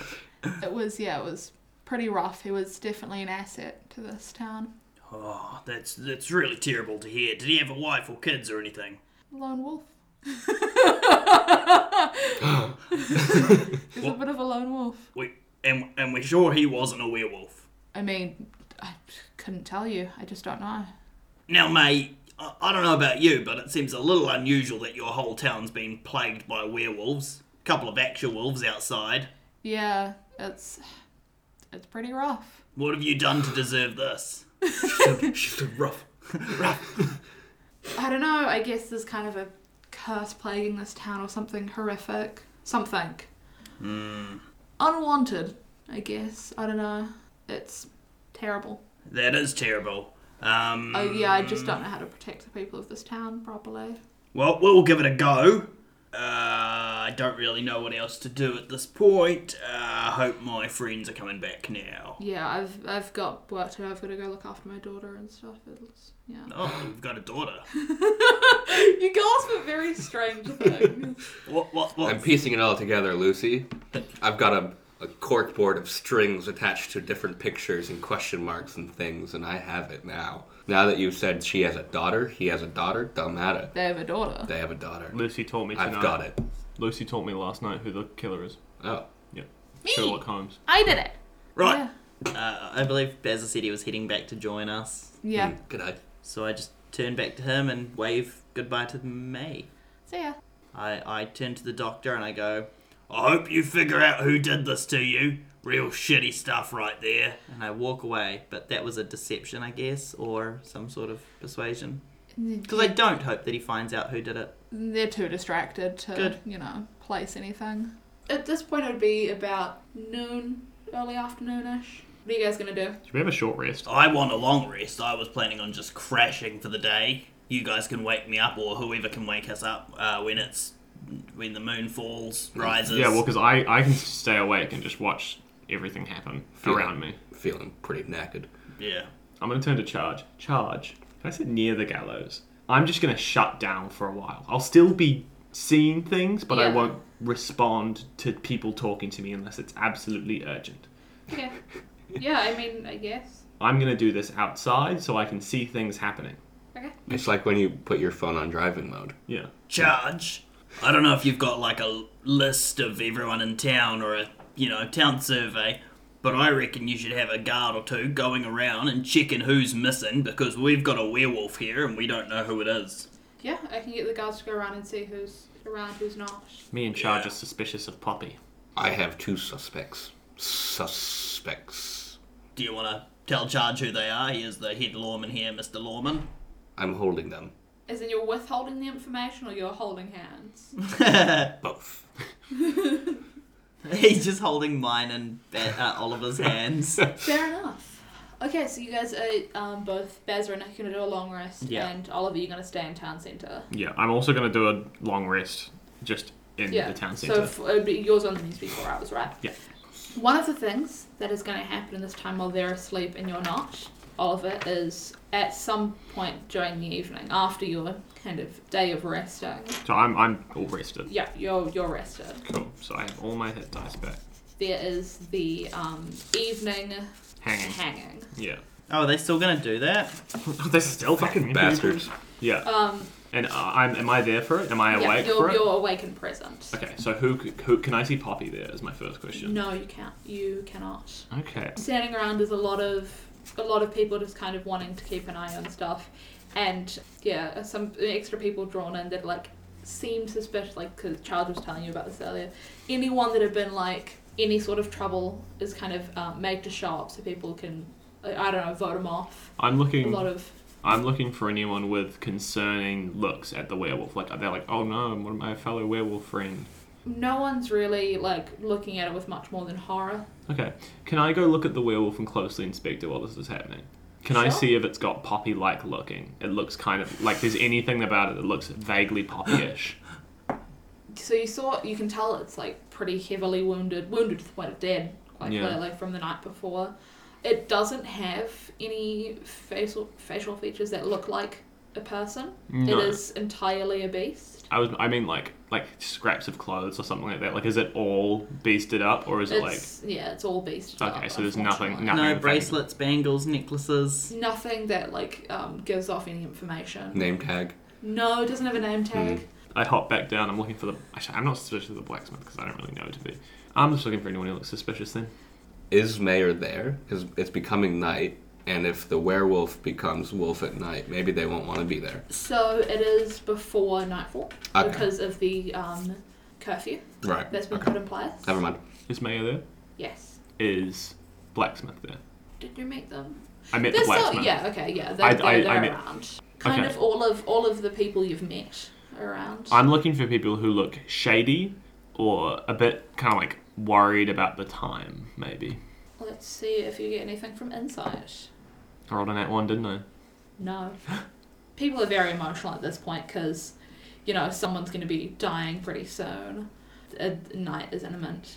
S3: but
S4: It was yeah, it was pretty rough. He was definitely an asset to this town.
S3: oh, that's that's really terrible to hear. Did he have a wife or kids or anything?
S4: Lone wolf. He's a bit of a lone wolf.
S3: We and and we're sure he wasn't a werewolf.
S4: I mean, I couldn't tell you. I just don't know.
S3: Now, mate, I, I don't know about you, but it seems a little unusual that your whole town's been plagued by werewolves. A couple of actual wolves outside.
S4: Yeah, it's it's pretty rough.
S3: What have you done to deserve this?
S2: She's rough.
S4: I don't know. I guess there's kind of a curse plaguing this town or something horrific. Something.
S3: Hmm.
S4: Unwanted, I guess. I don't know. It's terrible.
S3: That is terrible. Um,
S4: Oh yeah, I just don't know how to protect the people of this town properly.
S3: Well, we'll give it a go. Uh, I don't really know what else to do at this point. Uh, I hope my friends are coming back now.
S4: Yeah, I've I've got work to do. I've got to go look after my daughter and stuff. It's yeah.
S3: Oh, we've got a daughter.
S4: you gasp at very strange things.
S3: What? What?
S2: I'm
S3: What?
S2: piecing it all together, Lucy. I've got a, a corkboard of strings attached to different pictures and question marks and things, and I have it now. Now that you've said she has a daughter, he has a daughter, don't matter.
S4: they have a daughter.
S2: They have a daughter.
S5: Lucy taught me tonight.
S2: I've got it.
S5: Lucy taught me last night who the killer is.
S2: Oh.
S5: Yeah.
S4: Me?
S5: Sherlock Holmes.
S4: I did it.
S3: Right. Uh, I believe Basil said he was heading back to join us,
S4: Yeah. yeah.
S2: Mm, Good eye.
S3: so I just turned back to him and wave goodbye to May.
S4: So yeah.
S3: I I turn to the doctor and I go, I hope you figure out who did this to you. Real shitty stuff right there. And I walk away, but that was a deception, I guess, or some sort of persuasion. Because I don't hope that he finds out who did it.
S4: They're too distracted to,
S3: Good.
S4: you know, place anything. At this point, it would be about noon, early afternoonish. What are you guys gonna do?
S5: Should we have a short rest?
S3: I want a long rest. I was planning on just crashing for the day. You guys can wake me up, or whoever can wake us up uh, when it's when the moon falls, rises.
S5: Yeah, well, because I, I can stay awake and just watch everything happen
S2: Feel
S5: around
S2: it.
S5: me.
S2: Feeling pretty knackered.
S3: yeah.
S5: I'm going to turn to charge. Charge. Can I sit near the gallows? I'm just going to shut down for a while. I'll still be seeing things, but I
S4: Yeah.
S5: won't respond to people talking to me unless it's absolutely urgent.
S4: Yeah. yeah. I mean, I guess.
S5: I'm going to do this outside so I can see things happening.
S4: Okay.
S2: It's like when you put your phone on driving mode.
S5: Yeah.
S3: Charge. I don't know if you've got like a list of everyone in town or a you know town survey, but I reckon you should have a guard or two going around and checking who's missing because we've got a werewolf here and we don't know who it is.
S4: Yeah, I can get the guards to go around and see who's around, who's not.
S5: Me and Charge
S3: Yeah.
S5: are suspicious of Poppy.
S2: I have two suspects. Suspects.
S3: Do you want to tell Charge who they are? Here's the head lawman here, Mr. Lawman.
S2: I'm holding them.
S4: As in, you're withholding the information or you're holding hands?
S2: Both.
S3: He's just holding mine and uh, Oliver's hands.
S4: Fair enough. Okay, so you guys are um, both Bezra and Hakuna do a long rest,
S1: Yeah.
S4: and Oliver, you're gonna stay in town center.
S5: Yeah, I'm also gonna do a long rest just in
S4: yeah.
S5: the town
S4: So
S5: center.
S4: f- it'd be, yours only needs to be four hours, right?
S5: Yeah.
S4: One of the things that is going to happen in this time while they're asleep and you're not, Oliver, is at some point during the evening after your kind of day of resting.
S5: So I'm I'm all rested.
S4: Yeah, you're you're rested.
S5: Cool. So I have all my hit dice back.
S4: uh, There is the um, evening
S5: Hanging.
S4: hanging.
S5: Yeah.
S3: Oh, are they still gonna do that?
S5: They're still fucking
S2: Bastards.
S5: Yeah.
S4: Um,
S5: And uh, I'm am I there for it? Am I
S4: yeah,
S5: awake
S4: you're,
S5: for it?
S4: you're awake and present.
S5: Okay, so who, c- who can I see Poppy there? Is my first question.
S4: No, you can't. You cannot.
S5: Okay.
S4: standing around there's a lot of a lot of people just kind of wanting to keep an eye on stuff and yeah some extra people drawn in that like seemed suspicious like because charles was telling you about this earlier anyone that had been like any sort of trouble is kind of uh, made to show up so people can like, i don't know vote them off
S5: I'm
S4: a lot
S5: looking.
S4: of
S5: I'm looking for anyone with concerning looks at the werewolf. Like they're like, oh no, what my fellow werewolf friend.
S4: no one's really like looking at it with much more than horror
S5: Okay, can I go look at the werewolf and closely inspect it while this is happening? Can I
S4: Sure.
S5: see if it's got poppy-like looking? It looks kind of like there's anything about it that looks vaguely poppy-ish.
S4: so you saw you can tell it's like pretty heavily wounded wounded to the point of dead quite
S5: Yeah.
S4: clearly from the night before it doesn't have any facial facial features that look like a person
S5: No.
S4: it is entirely a beast
S5: I was, I mean, like like scraps of clothes or something like that. Like, is it all beasted up, or is it like
S4: it's yeah it's all beast
S5: Okay, so there's nothing-
S4: unfortunately.
S5: no-
S3: No
S5: Nothing.
S3: bracelets, bangles, necklaces.
S4: nothing that like um, gives off any information
S2: Name tag.
S4: no it doesn't have a name tag
S5: I hop back down. I'm looking for the. Actually, I'm not suspicious of the blacksmith because I don't really know to be. I'm just looking for anyone who looks suspicious. Then
S2: Is Mayor there? Because it's becoming night, and if the werewolf becomes wolf at night, maybe they won't want to be there.
S4: so it is before nightfall
S2: Okay.
S4: because of the um, curfew
S2: Right.
S4: that's been
S2: okay.
S4: put in place
S2: Never mind.
S5: is Maya there?
S4: yes
S5: Is blacksmith there?
S4: did you make them
S5: I met
S4: They're
S5: the
S4: still,
S5: blacksmith.
S4: yeah, okay, yeah.
S5: I-
S4: They're,
S5: I-
S4: they're, they're
S5: I mean-
S4: around. Kind
S5: Okay.
S4: of all of all of the people you've met around.
S5: I'm looking for people who look shady or a bit kind of like worried about the time, maybe.
S4: Let's see if you get anything from insight.
S5: I rolled an at one, didn't I?
S4: No. people are very emotional at this point because, you know, someone's going to be dying pretty soon. A night is imminent.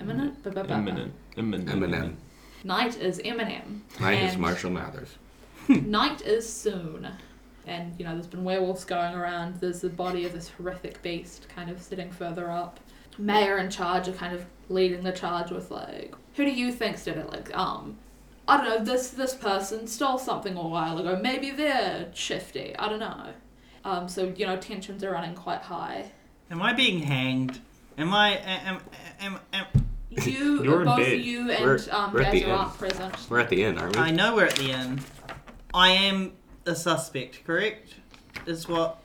S4: Imminent? Ba- ba- ba- ba.
S5: Imminent. Imminent.
S2: Eminem.
S4: Night is Eminem.
S2: Night is
S4: And-
S2: Marshall Mathers.
S4: Night is soon. And, you know, there's been werewolves going around. There's the body of this horrific beast kind of sitting further up. Mayor in charge are kind of leading the charge with, like, who do you think's did it? Like, um, I don't know, this this person stole something a while ago. Maybe they're shifty. I don't know. Um, so, you know, tensions are running quite high.
S3: Am I being hanged? Am I? Am am am?
S4: You,
S5: You're in
S4: both
S5: bed.
S4: you and
S2: We're-
S4: um,
S2: we're at
S4: Baz
S2: the
S4: are
S2: end.
S4: aren't present.
S2: We're at the inn, aren't we?
S3: I know we're at the end. I am a suspect, correct? Is what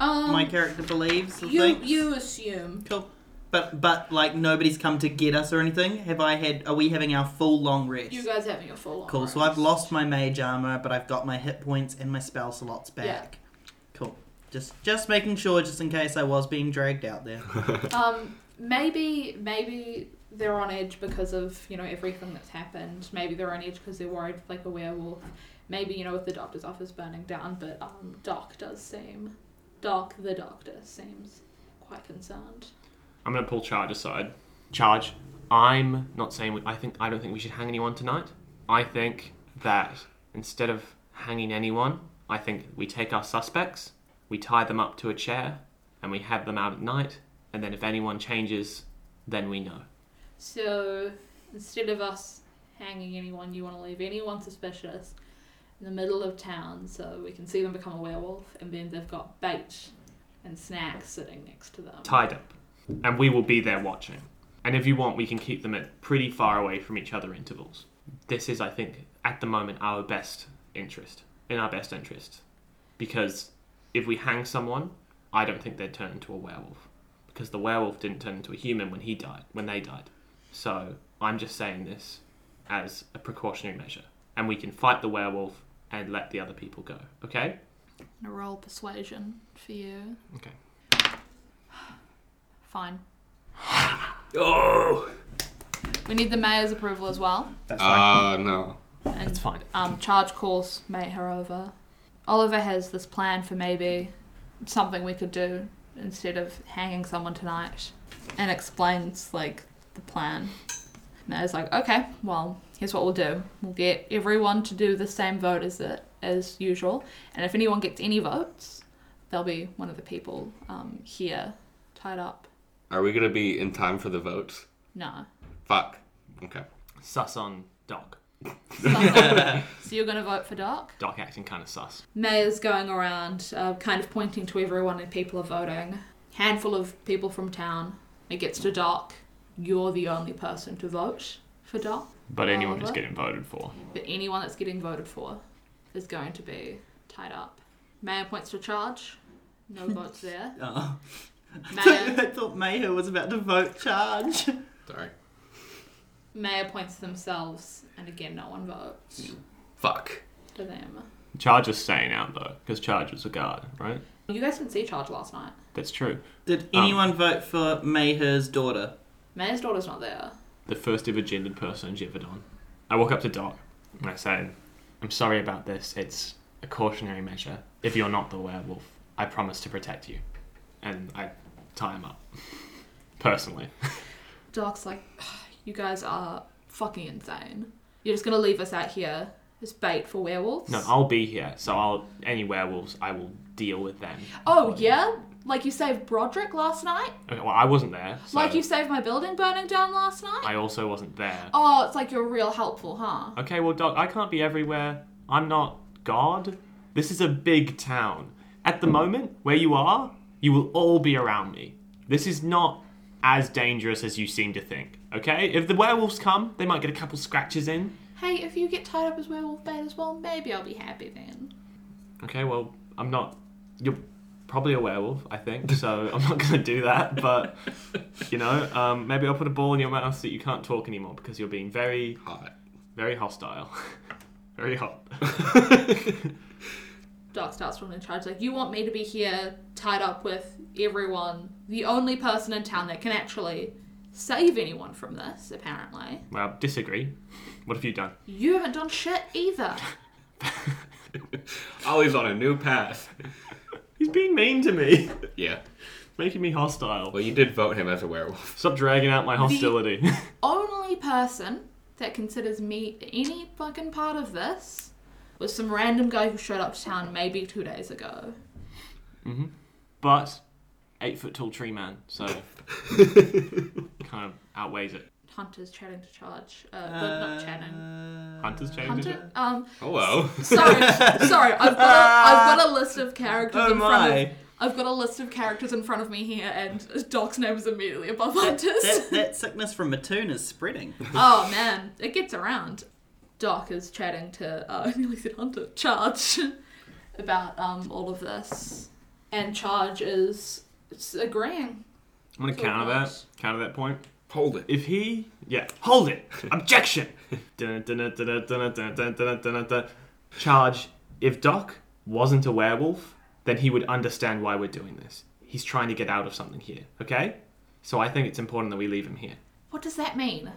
S4: Um,
S3: my character believes. or
S4: you,
S3: thinks?
S4: you assume
S3: Cool. But but like nobody's come to get us or anything. Have I had? Are we having our full long rest?
S4: you guys having a full on.
S3: cool. So I've lost my mage armor, but I've got my hit points and my spell slots back. Cool. Just just making sure, just in case I was being dragged out there.
S4: Um, maybe maybe they're on edge because of you know everything that's happened. Maybe they're on edge because they're worried like a werewolf. Maybe you know with the doctor's office burning down, but um, Doc does seem, Doc the doctor seems quite concerned.
S5: I'm gonna pull charge aside. Charge. I'm not saying. We, I think. I don't think we should hang anyone tonight. I think that instead of hanging anyone, I think we take our suspects, we tie them up to a chair, and we have them out at night. And then if anyone changes, then we know.
S4: So instead of us hanging anyone, you want to leave anyone suspicious in the middle of town so we can see them become a werewolf, and then they've got bait and snacks sitting next to them.
S5: Tied up, and we will be there watching. And if you want, we can keep them at pretty far away from each other intervals. This is, I think, at the moment, our best interest. In our best interest. Because if we hang someone, I don't think they'd turn into a werewolf. Because the werewolf didn't turn into a human when he died, when they died. So I'm just saying this as a precautionary measure. And we can fight the werewolf and let the other people go. Okay?
S4: And roll persuasion for you.
S5: Okay.
S4: Fine.
S2: oh!
S4: We need the mayor's approval as well.
S3: That's
S2: Uh, no.
S4: And and
S5: That's fine.
S4: Um, charge calls Mayher over. Oliver has this plan for maybe something we could do instead of hanging someone tonight, and explains like the plan. Mayher's like, okay, well, here's what we'll do. We'll get everyone to do the same vote as it as usual, and if anyone gets any votes, they'll be one of the people um, here tied up.
S2: Are we gonna be in time for the votes?
S4: No.
S2: Fuck. Okay.
S5: Sus on Doc.
S4: so you're going to vote for Doc?
S5: Doc acting kind of sus.
S4: Mayor's going around, uh, kind of pointing to everyone, and people are voting. Handful of people from town. It gets to Doc. You're the only person to vote for Doc.
S5: But anyone who's
S4: Oliver?
S5: getting voted for.
S4: But anyone that's getting voted for is going to be tied up. Mayor points to charge. No votes there.
S3: Oh.
S4: Mayor,
S3: I thought Mayher was about to vote charge.
S2: Sorry.
S4: Mayor points to themselves, and again, no one votes
S2: Fuck.
S4: for them.
S5: Charge is staying out though, because Charge was a guard, right?
S4: You guys didn't see Charge last night.
S5: That's true.
S3: Did
S2: Um,
S3: anyone vote for Mayher's daughter?
S4: Mayor's daughter's not there.
S5: The first ever gendered person in Jevadon. I walk up to Doc and I say, I'm sorry about this. It's a cautionary measure. If you're not the werewolf, I promise to protect you. And I tie him up. Personally.
S4: Doc's like, you guys are fucking insane. You're just gonna leave us out here as bait for werewolves?
S5: No, I'll be here, so I'll any werewolves, I will deal with them.
S4: oh yeah, like you saved Broderick last night.
S5: Okay, well, I wasn't there. So
S4: like you saved my building burning down last night.
S5: I also wasn't there.
S4: oh, it's like you're real helpful, huh?
S5: Okay, well, Doc, I can't be everywhere. I'm not God. This is a big town. At the moment, where you are, you will all be around me. This is not as dangerous as you seem to think, okay? If the werewolves come, they might get a couple scratches in.
S4: Hey, if you get tied up as werewolf bait as well, maybe I'll be happy then.
S5: Okay, well, I'm not. You're probably a werewolf, I think, so I'm not gonna do that, but, you know, um, maybe I'll put a ball in your mouth so that you can't talk anymore because you're being very,
S2: Hot.
S5: very hostile. very hot.
S4: Doc starts running in charge. Like you want me to be here tied up with everyone, the only person in town that can actually save anyone from this. Apparently,
S5: Well, disagree. What have you done?
S4: you haven't done shit either.
S2: Ollie's on a new path.
S5: He's being mean to me,
S2: Yeah.
S5: making me hostile.
S2: Well, you did vote him as a werewolf.
S5: Stop dragging out my hostility.
S4: only person that considers me any fucking part of this was some random guy who showed up to town maybe two days ago.
S5: but eight foot tall tree man, so kind of outweighs it.
S4: Hunter's chatting to Charge. Uh, well, not chatting.
S3: Uh,
S5: Hunter's changed it.
S4: Hunter? Um,
S2: Hello.
S4: sorry, sorry. I've got, a, I've got a list of characters
S3: Oh
S4: in front
S3: my.
S4: of I've got a list of characters in front of me here, and Doc's name is immediately above
S3: That,
S4: Hunter's.
S3: that sickness from Mattoon is spreading.
S4: oh man, it gets around. Doc is chatting to uh, I nearly said Hunter Charge about um all of this, and Charge is s- agreeing.
S5: I'm gonna
S4: So
S5: counter that.
S4: close.
S5: Counter that point.
S2: Hold it.
S5: If he, yeah, hold it. Objection. Dun, dun, dun, dun, dun, dun, dun, dun, dun, dun. Charge. If Doc wasn't a werewolf, then he would understand why we're doing this. He's trying to get out of something here. Okay. So I think it's important that we leave him here.
S4: What does that mean?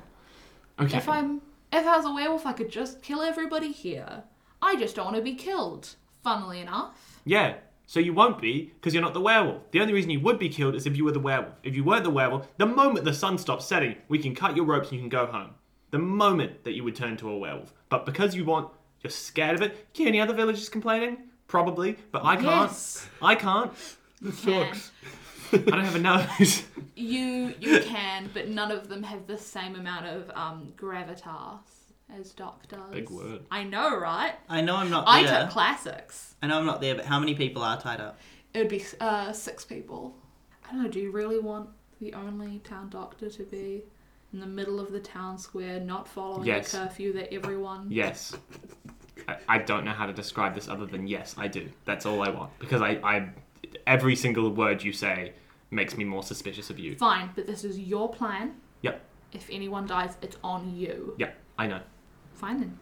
S5: Okay.
S4: If I'm if I was a werewolf, I could just kill everybody here. I just don't want to be killed. Funnily enough,
S5: Yeah. So you won't be because you're not the werewolf. The only reason you would be killed is if you were the werewolf. If you weren't the werewolf, the moment the sun stops setting, we can cut your ropes and you can go home. The moment that you would turn to a werewolf. But because you want, you're scared of it. Yeah, any other villagers complaining? Probably, but I can't.
S4: Yes.
S5: I can't.
S4: can.
S5: I don't have a nose.
S4: you you can, but none of them have the same amount of um, gravitas as Doc does.
S5: Big word. Oh,
S4: I know, right?
S3: I know I'm not
S4: I
S3: there.
S4: took classics.
S3: I know I'm not there, but how many people are tied up?
S4: It would be uh, six people. I don't know. Do you really want the only town doctor to be in the middle of the town square, not following
S5: Yes.
S4: the curfew that everyone?
S5: yes. I, I don't know how to describe this other than yes, I do. That's all I want because I, I, every single word you say makes me more suspicious of you.
S4: Fine, but this is your plan.
S5: Yep.
S4: If anyone dies, it's on you.
S5: Yep. I know.
S4: Fine then.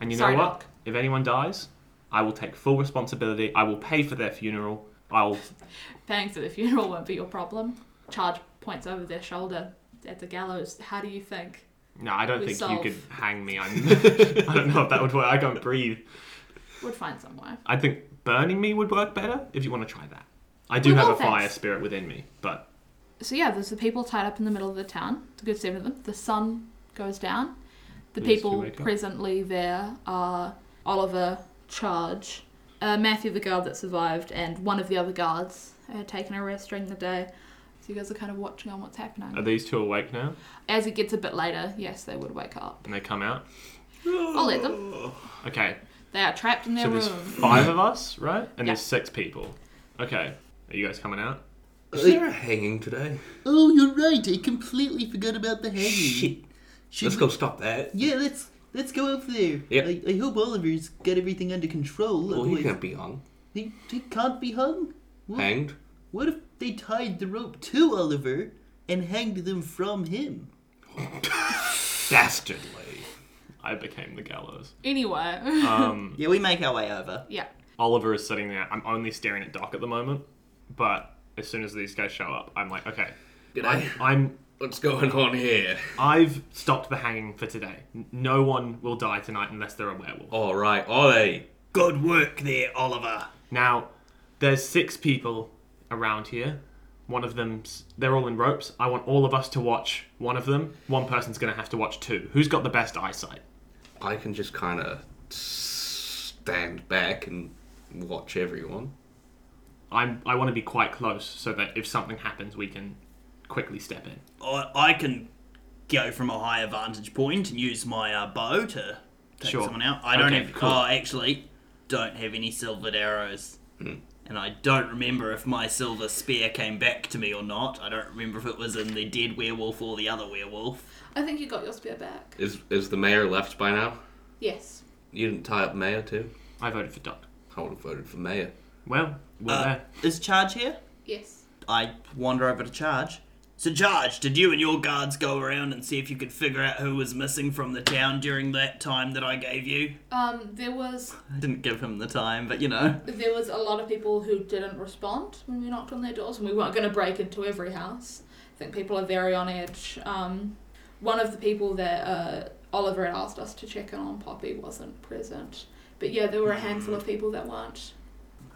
S5: And you
S4: Sorry,
S5: know what?
S4: Doc.
S5: If anyone dies, I will take full responsibility. I will pay for their funeral. I'll.
S4: Paying for the funeral won't be your problem. Charge points over their shoulder at the gallows. How do you think
S5: No, I don't
S4: We
S5: think
S4: solve.
S5: you could hang me. I'm, I don't know if that would work. I can't breathe.
S4: We'd find somewhere.
S5: I think burning me would work better if you want to try that. I do
S4: We
S5: have
S4: will,
S5: a fire
S4: thanks.
S5: spirit within me, but
S4: So yeah, there's the people tied up in the middle of the town. It's a good seven of them. The sun goes down. The
S5: These two
S4: people
S5: wake up.
S4: presently there are Oliver, Charge, uh, Matthew, the guard that survived, and one of the other guards had taken a rest during the day. So you guys are kind of watching on what's happening.
S5: are these two awake now?
S4: As it gets a bit later, yes, they would wake up.
S5: And they come out.
S4: I'll let them.
S5: Okay,
S4: They are trapped in their
S5: so
S4: room.
S5: there's five of us, right? And
S4: Yeah.
S5: there's six people. Okay, are you guys coming out?
S2: Is there a hanging today?
S3: Oh, you're right. I completely forgot about the hanging.
S2: Shit.
S3: Should
S2: Let's
S3: we-
S2: go stop that.
S3: Yeah, let's let's go over there.
S2: Yeah.
S3: I, I hope Oliver's got everything under control.
S2: Well, he
S3: otherwise
S2: can't be hung.
S3: he, he can't be hung. What,
S2: Hanged?
S3: what if they tied the rope to Oliver and hanged them from him?
S2: Dastardly.
S5: I became the gallows.
S4: Anyway,
S5: Um,
S3: Yeah, we make our way over.
S4: yeah.
S5: Oliver is sitting there. I'm only staring at Doc at the moment, but as soon as these guys show up, I'm like, okay,
S2: Good
S5: I'm, I'm
S2: What's going on here?
S5: I've stopped the hanging for today. N- No one will die tonight unless they're a werewolf.
S2: All right, Ollie.
S3: Good work there, Oliver.
S5: Now, there's six people around here. One of them's they're all in ropes. I want all of us to watch one of them. One person's gonna have to watch two. Who's got the best eyesight?
S2: I can just kind of stand back and watch everyone.
S5: I'm I want to be quite close so that if something happens, we can quickly step in.
S3: I, I can go from a higher vantage point and use my uh, bow to take
S5: Sure.
S3: someone out. I don't
S5: Okay,
S3: have.
S5: cool.
S3: Oh, actually, don't have any silvered arrows. And I don't remember if my silver spear came back to me or not. I don't remember if it was in the dead werewolf or the other werewolf.
S4: I think you got your spear back.
S2: Is is the mayor left by now?
S4: Yes.
S2: You didn't tie up mayor too.
S5: I voted for Doc.
S2: I would have voted for mayor.
S5: Well, we're
S3: Uh,
S5: there.
S3: Is Charge here?
S4: Yes.
S3: I wander over to Charge. So, Charge, did you and your guards go around and see if you could figure out who was missing from the town during that time that I gave you?
S4: Um, there was
S3: I didn't give him the time, but you know.
S4: There was a lot of people who didn't respond when we knocked on their doors, and we weren't going to break into every house. I think people are very on edge. Um, one of the people that uh, Oliver had asked us to check in on, Poppy, wasn't present. But yeah, there were a handful of people that weren't.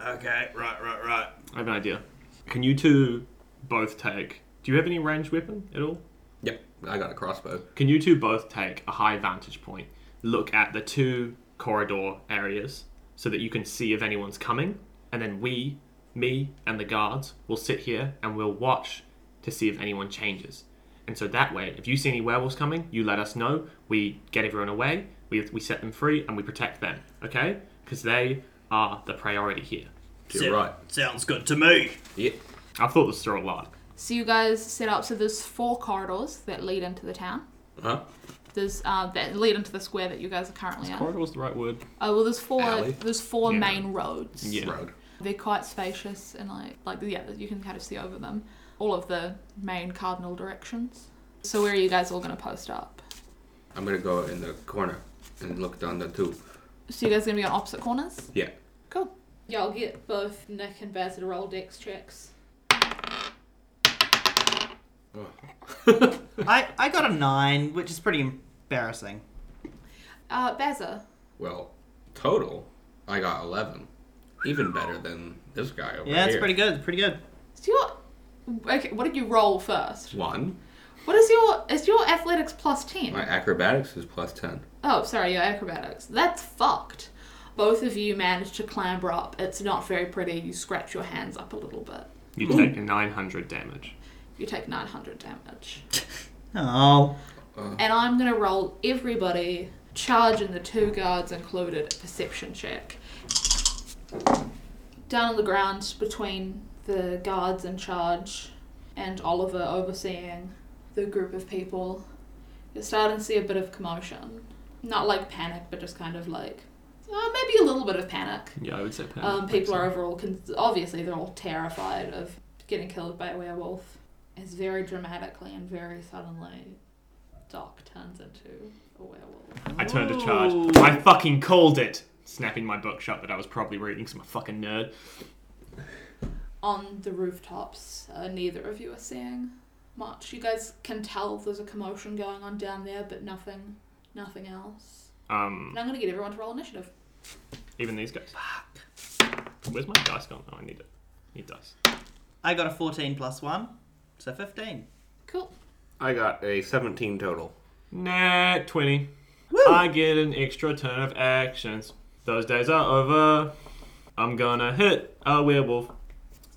S3: Okay, right, right, right.
S5: I have an idea. Can you two both take? Do you have any ranged weapon at all?
S2: Yep, I got a crossbow.
S5: Can you two both take a high vantage point, look at the two corridor areas so that you can see if anyone's coming, and then we, me, and the guards will sit here and we'll watch to see if anyone changes. And so that way, if you see any werewolves coming, you let us know. We get everyone away, we, we set them free, and we protect them, okay? Because they are the priority here.
S2: You're
S3: Sou-
S2: right.
S3: Sounds good to me.
S2: Yep.
S5: I've thought this through a lot.
S4: So you guys set up. So there's four corridors that lead into the town.
S2: Huh?
S4: There's uh, that lead into the square that you guys are currently at.
S5: Corridor's the right word.
S4: Oh well, there's four.
S2: Alley?
S4: There's four
S5: Yeah.
S4: main roads.
S5: Yeah.
S2: Road.
S4: They're quite spacious and like like yeah, you can kind of see over them all of the main cardinal directions. So where are you guys all gonna post up?
S2: I'm gonna go in the corner and look down the two.
S4: So you guys gonna be on opposite corners?
S2: Yeah.
S4: Cool. Yeah, I'll get both Nick and Baz to roll dex checks.
S3: I, I got a nine, which is pretty embarrassing.
S4: Uh, Bazza,
S2: Well, total, I got eleven. Even better than this guy over here.
S3: Yeah, it's pretty good. Pretty good.
S4: so your okay, what did you roll first?
S2: One.
S4: What is your is your athletics plus ten?
S2: My acrobatics is plus ten.
S4: Oh, sorry, your acrobatics. That's fucked. Both of you managed to clamber up. It's not very pretty. You scratch your hands up a little bit.
S5: You take 900 damage.
S4: You take 900 damage.
S3: Oh,
S2: Uh,
S4: And I'm gonna roll everybody, charge and the two guards included, a perception check. Down on the ground between the guards in charge and Oliver overseeing the group of people, you're starting to see a bit of commotion. Not like panic, but just kind of like uh, maybe a little bit of panic.
S5: Yeah, I would say
S4: Um, people are overall con- obviously they're all terrified of getting killed by a werewolf. It's very dramatically and very suddenly, Doc turns into a werewolf.
S5: I turned to charge. I fucking called it! Snapping my book shut that I was probably reading because I'm a fucking nerd.
S4: On the rooftops, uh, neither of you are seeing much. You guys can tell there's a commotion going on down there, but nothing, nothing else.
S5: Um,
S4: And I'm gonna get everyone to roll initiative.
S5: even these guys. Where's my dice gone? Oh, I need it. Need dice.
S3: I got a 14 plus 1, so 15.
S4: Cool.
S2: I got a 17 total.
S5: Nah, 20.
S3: Woo!
S5: I get an extra turn of actions. Those days are over. I'm gonna hit a werewolf.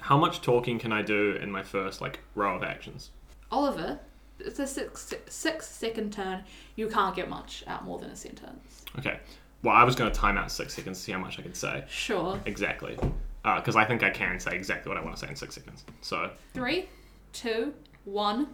S5: How much talking can I do in my first like row of actions?
S4: Oliver, it's a six six second turn. You can't get much out more than a sentence.
S5: Okay. Well, I was gonna time out six seconds, see how much I could say
S4: Sure.
S5: exactly, because I think I can say exactly what I want to say in six seconds. So,
S4: Three, two, one.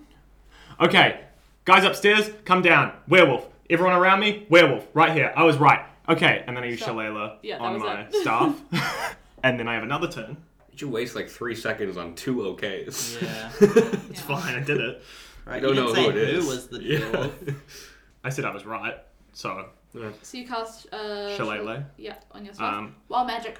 S5: okay, guys upstairs, come down. Werewolf. Everyone around me, werewolf. Right here. I was right. Okay, and then I use
S4: So-
S5: Shalala
S4: yeah, that
S5: on
S4: was
S5: my
S4: it.
S5: staff, and then I have another turn.
S2: Did you waste like three seconds on two OKs?
S3: Yeah.
S5: It's fine. I did it.
S3: Right,
S2: don't
S3: you didn't
S2: know
S3: say
S2: who it is.
S3: was the
S5: Yeah.
S3: dwarf.
S5: I said I was right. So,
S4: So you cast uh,
S5: Shillelagh.
S4: shall- Yeah, on your staff.
S5: Um,
S4: Wild magic.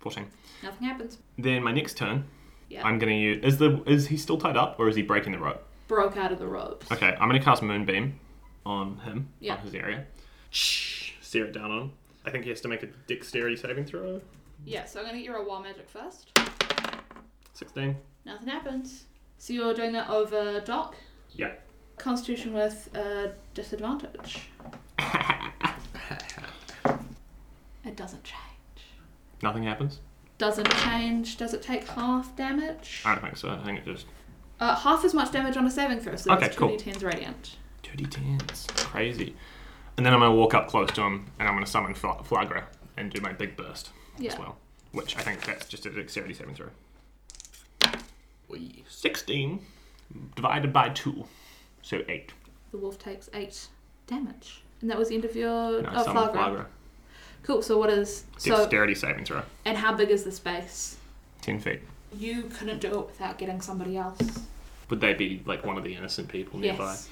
S5: 14.
S4: Nothing happens.
S5: Then my next turn,
S4: Yeah.
S5: I'm going to use. Is the is he still tied up or is he breaking the rope?
S4: Broke out of the ropes.
S5: Okay, I'm going to cast Moonbeam on him,
S4: Yeah.
S5: on his area. Steer it down on him. I think he has to make a dexterity saving throw.
S4: Yeah. So I'm gonna get your wild magic first.
S5: 16.
S4: Nothing happens. So you're doing that over Doc.
S5: Yeah.
S4: Constitution with uh, disadvantage. it doesn't change.
S5: Nothing happens?
S4: Doesn't change. Does it take half damage?
S5: I don't think so. I think it just.
S4: Uh, half as much damage on a saving throw, so
S5: Okay,
S4: that's
S5: cool.
S4: 2d10s radiant.
S5: 2d10s. Crazy. And then I'm going to walk up close to him and I'm going to summon Fla- Flagra and do my big burst
S4: Yeah.
S5: as well. Which I think that's just a dexterity saving throw.
S2: Wee.
S5: 16 divided by 2. So 8.
S4: The wolf takes 8 damage. And that was the end of your
S5: No,
S4: oh,
S5: summon
S4: Flagra.
S5: Flagra.
S4: Cool, so what is. So,
S5: Dexterity saving throw.
S4: and how big is the space?
S5: 10 feet.
S4: You couldn't do it without getting somebody else.
S5: Would they be like one of the innocent people nearby?
S4: Yes.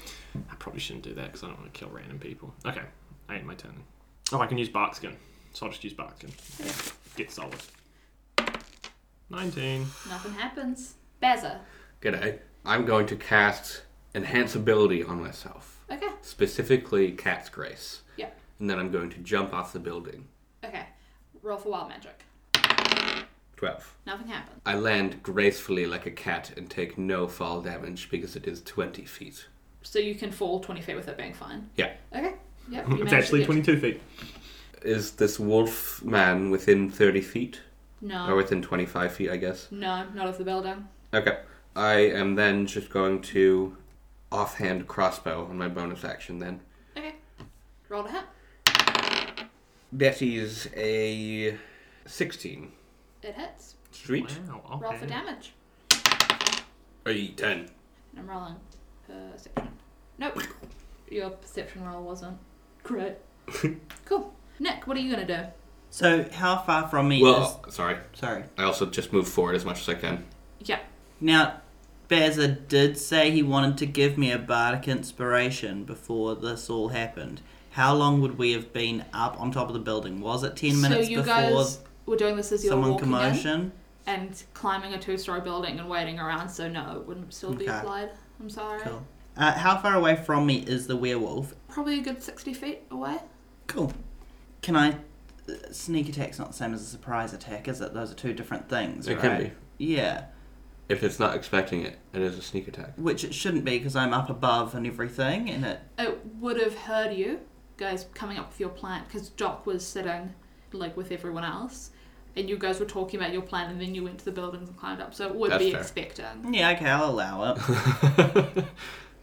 S5: I probably shouldn't do that because I don't want to kill random people. Okay, I ate my turn. then. Oh, I can use bark skin. So I'll just use bark skin.
S4: Yeah.
S5: Get solid. 19.
S4: Nothing happens. Bazza.
S2: G'day. I'm going to cast Enhance Ability on myself,
S4: Okay,
S2: specifically Cat's Grace.
S4: yeah.
S2: And then I'm going to jump off the building.
S4: Okay, roll for wild magic.
S2: 12.
S4: Nothing happens.
S2: I land gracefully like a cat and take no fall damage because it is 20 feet.
S4: So you can fall 20 feet without being fine.
S2: Yeah.
S4: Okay, yep. you
S5: It's
S4: managed to
S5: actually
S4: get-
S5: 22 feet.
S2: Is this wolf man within 30 feet?
S4: No.
S2: Or within 25 feet, I guess.
S4: No, not of the building.
S2: Okay. I am then just going to offhand crossbow on my bonus action then.
S4: Okay. Roll to hit.
S2: Betty's a 16.
S4: It hits.
S2: Street?
S5: Wow.
S4: Roll for
S5: okay.
S4: damage.
S2: A 10.
S4: And I'm rolling perception. Nope. Your perception roll wasn't great. cool. Nick, what are you gonna do?
S3: So, how far from me
S2: Well, sorry.
S3: is. Sorry.
S2: I also just move forward as much as I can.
S4: Yeah.
S3: Now, Bazza did say he wanted to give me a bardic inspiration before this all happened. How long would we have been up on top of the building? Was it 10
S4: So
S3: minutes
S4: you
S3: before
S4: guys were doing this as you were
S3: someone
S4: walking in
S3: commotion?
S4: and climbing a two-story building and waiting around. So no, it wouldn't still be
S3: Okay.
S4: applied. I'm sorry.
S3: Cool. Uh, how far away from me is the werewolf?
S4: Probably a good sixty feet away.
S3: Cool. Can I. uh, Sneak attack's not the same as a surprise attack, is it? Those are two different things,
S2: It
S3: right?
S2: can be.
S3: Yeah.
S2: If it's not expecting it, it is a sneak attack.
S3: Which it shouldn't be because I'm up above and everything, and it.
S4: It would have heard you guys coming up with your plan because Doc was sitting like with everyone else, and you guys were talking about your plan, and then you went to the buildings and climbed up. So it would
S2: That's
S4: be
S2: fair.
S4: expecting.
S3: Yeah, okay, I'll allow it.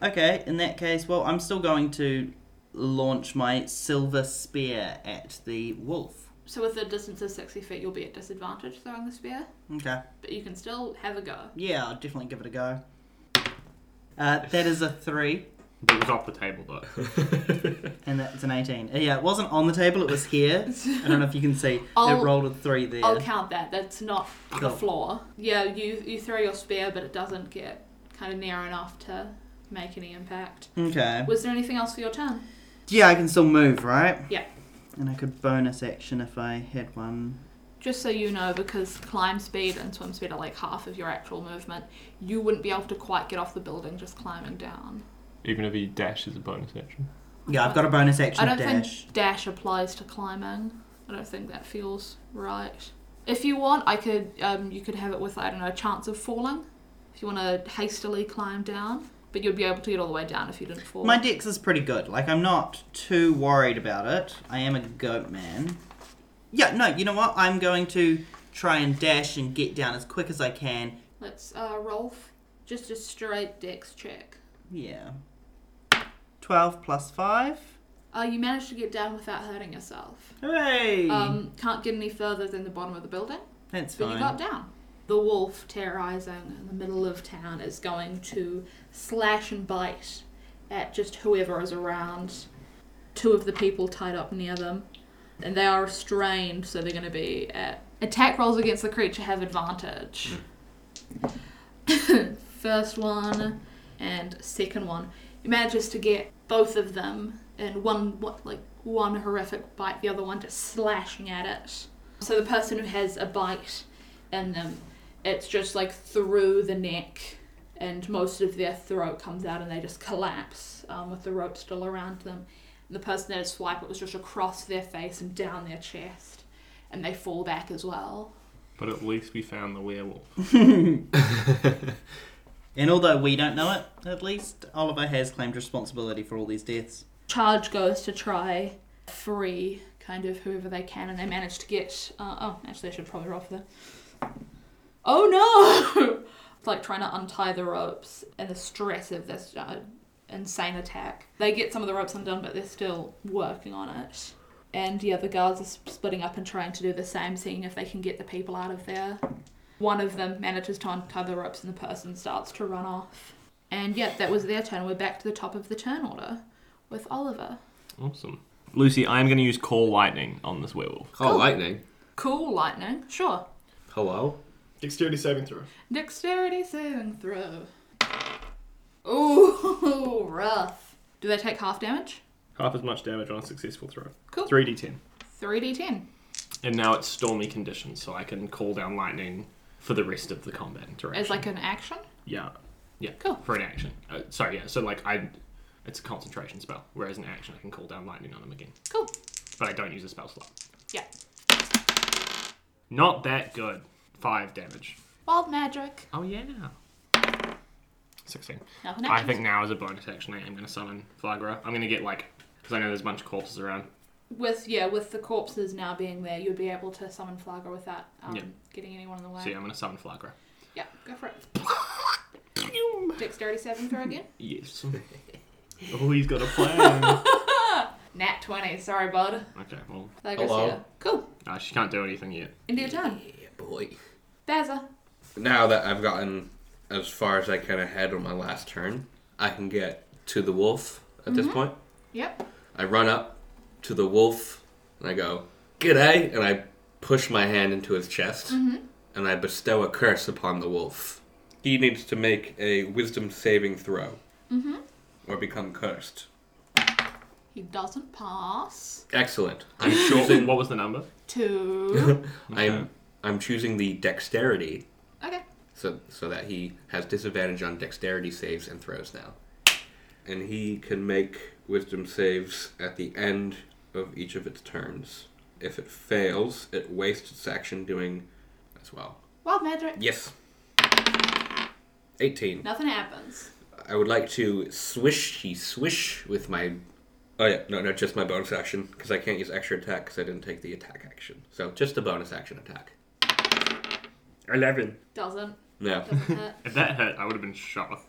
S3: Okay, in that case, well, I'm still going to launch my silver spear at the wolf.
S4: So with a distance of 60 feet, you'll be at disadvantage throwing the spear,
S3: Okay.
S4: but you can still have a go.
S3: Yeah, I'll definitely give it a go. Uh, that is a three,
S5: But it was off the table, though.
S3: and that's an 18. Uh, Yeah, it wasn't on the table, it was here. I don't know if you can see.
S4: I'll-
S3: it rolled a three there.
S4: I'll count that. That's not the
S3: Cool.
S4: floor. Yeah, you you throw your spear, but it doesn't get kind of near enough to make any impact.
S3: Okay.
S4: Was there anything else for your turn?
S3: Yeah, I can still move, right?
S4: Yeah.
S3: And I could bonus action if I had one.
S4: Just so you know, because climb speed and swim speed are like half of your actual movement, you wouldn't be able to quite get off the building just climbing down.
S5: Even if he dashes a bonus action.
S3: Yeah, I've got a bonus
S4: I
S3: action
S4: don't
S3: dash.
S4: think dash applies to climbing. I don't think that feels right. If you want, I could um, you could have it with I don't know a chance of falling. If you want to hastily climb down, but you'd be able to get all the way down if you didn't fall.
S3: My dex is pretty good. Like I'm not too worried about it. I am a goat man. Yeah, no, you know what? I'm going to try and dash and get down as quick as I can.
S4: Let's uh, roll f- just a straight dex check.
S3: Yeah. Twelve plus five.
S4: Uh, you managed to get down without hurting yourself.
S3: Hooray!
S4: Um, can't get any further than the bottom of the building.
S3: That's
S4: But
S3: fine.
S4: you got down. The wolf, terrorizing in the middle of town, is going to slash and bite at just whoever is around. Two of the people tied up near them. And they are restrained, so they're going to be at. Attack rolls against the creature have advantage. First one and second one. He manages to get both of them in one, what, like, one horrific bite, the other one just slashing at it. So the person who has a bite in them, it's just like through the neck, and most of their throat comes out, and they just collapse um, with the rope still around them. And the person that had swiped it was just across their face and down their chest, and they fall back as well.
S1: But at least we found the werewolf.
S3: And although we don't know it, at least Oliver has claimed responsibility for all these deaths.
S4: Charge goes to try free kind of whoever they can, and they manage to get. Uh, oh, actually, I should probably roll for that. Oh no! it's like trying to untie the ropes and the stress of this uh, insane attack. They get some of the ropes undone, but they're still working on it. And yeah, the guards are sp- splitting up and trying to do the same, seeing if they can get the people out of there. One of them manages to untie the ropes, and the person starts to run off. And yeah, that was their turn. We're back to the top of the turn order with Oliver.
S1: Awesome. Lucy, I am going to use call lightning on this werewolf.
S2: Call lightning.
S4: Cool, lightning. Sure.
S2: Hello.
S6: Dexterity saving throw.
S4: Dexterity saving throw. Ooh, rough. Do they take half damage?
S5: Half as much damage on a successful throw.
S4: Cool.
S5: 3d10.
S4: 3d10.
S5: And now it's stormy conditions, so I can call down lightning for the rest of the combat interaction.
S4: As like an action?
S5: yeah, yeah,
S4: Cool.
S5: for an action. Uh, sorry, yeah. So like I, it's a concentration spell. Whereas an action, I can call down lightning on him again,
S4: Cool.
S5: but I don't use a spell slot.
S4: Yeah.
S5: Not that good. Five damage.
S4: Wild magic.
S5: Oh yeah. Sixteen.
S4: Now an
S5: I
S4: action.
S5: think now as a bonus action, I am going to summon Flagra. I'm going to get like because I know there's a bunch of corpses around.
S4: With, yeah, with the corpses now being there, you'd be able to summon Flagra without um,
S5: Yeah.
S4: getting anyone in the way.
S5: So yeah, I'm going to summon Flagra.
S4: Yeah, go for it. Dexterity saving throw again.
S5: Yes.
S1: Oh, he's got a plan.
S4: Nat 20. Sorry, bud.
S5: okay. Well,
S4: Flagra's
S2: Hello.
S4: here. Cool.
S5: uh, she can't do anything yet.
S4: Into your turn.
S2: Yeah, boy.
S4: Bazza.
S2: Now that I've gotten as far as I can ahead on my last turn, I can get to the wolf at this point.
S4: Yep.
S2: I run up to the wolf and I go, G'day! And I push my hand into his chest and I bestow a curse upon the wolf. He needs to make a wisdom saving throw or become cursed.
S4: He doesn't pass.
S2: Excellent.
S5: I'm sure. what was the number?
S4: Two.
S2: I'm, I'm choosing the dexterity
S4: okay.
S2: so, so that he has disadvantage on dexterity saves and throws now. And he can make wisdom saves at the end of each of its turns. If it fails, it wastes its action doing as well.
S4: Wild magic.
S2: Yes. 18.
S4: Nothing happens.
S2: I would like to swishy swish with my. Oh, yeah, no, no, just my bonus action, because I can't use extra attack because I didn't take the attack action. So just the bonus action attack.
S5: 11.
S4: Doesn't.
S2: No.
S4: Doesn't hurt.
S5: If that hit, I would have been shot.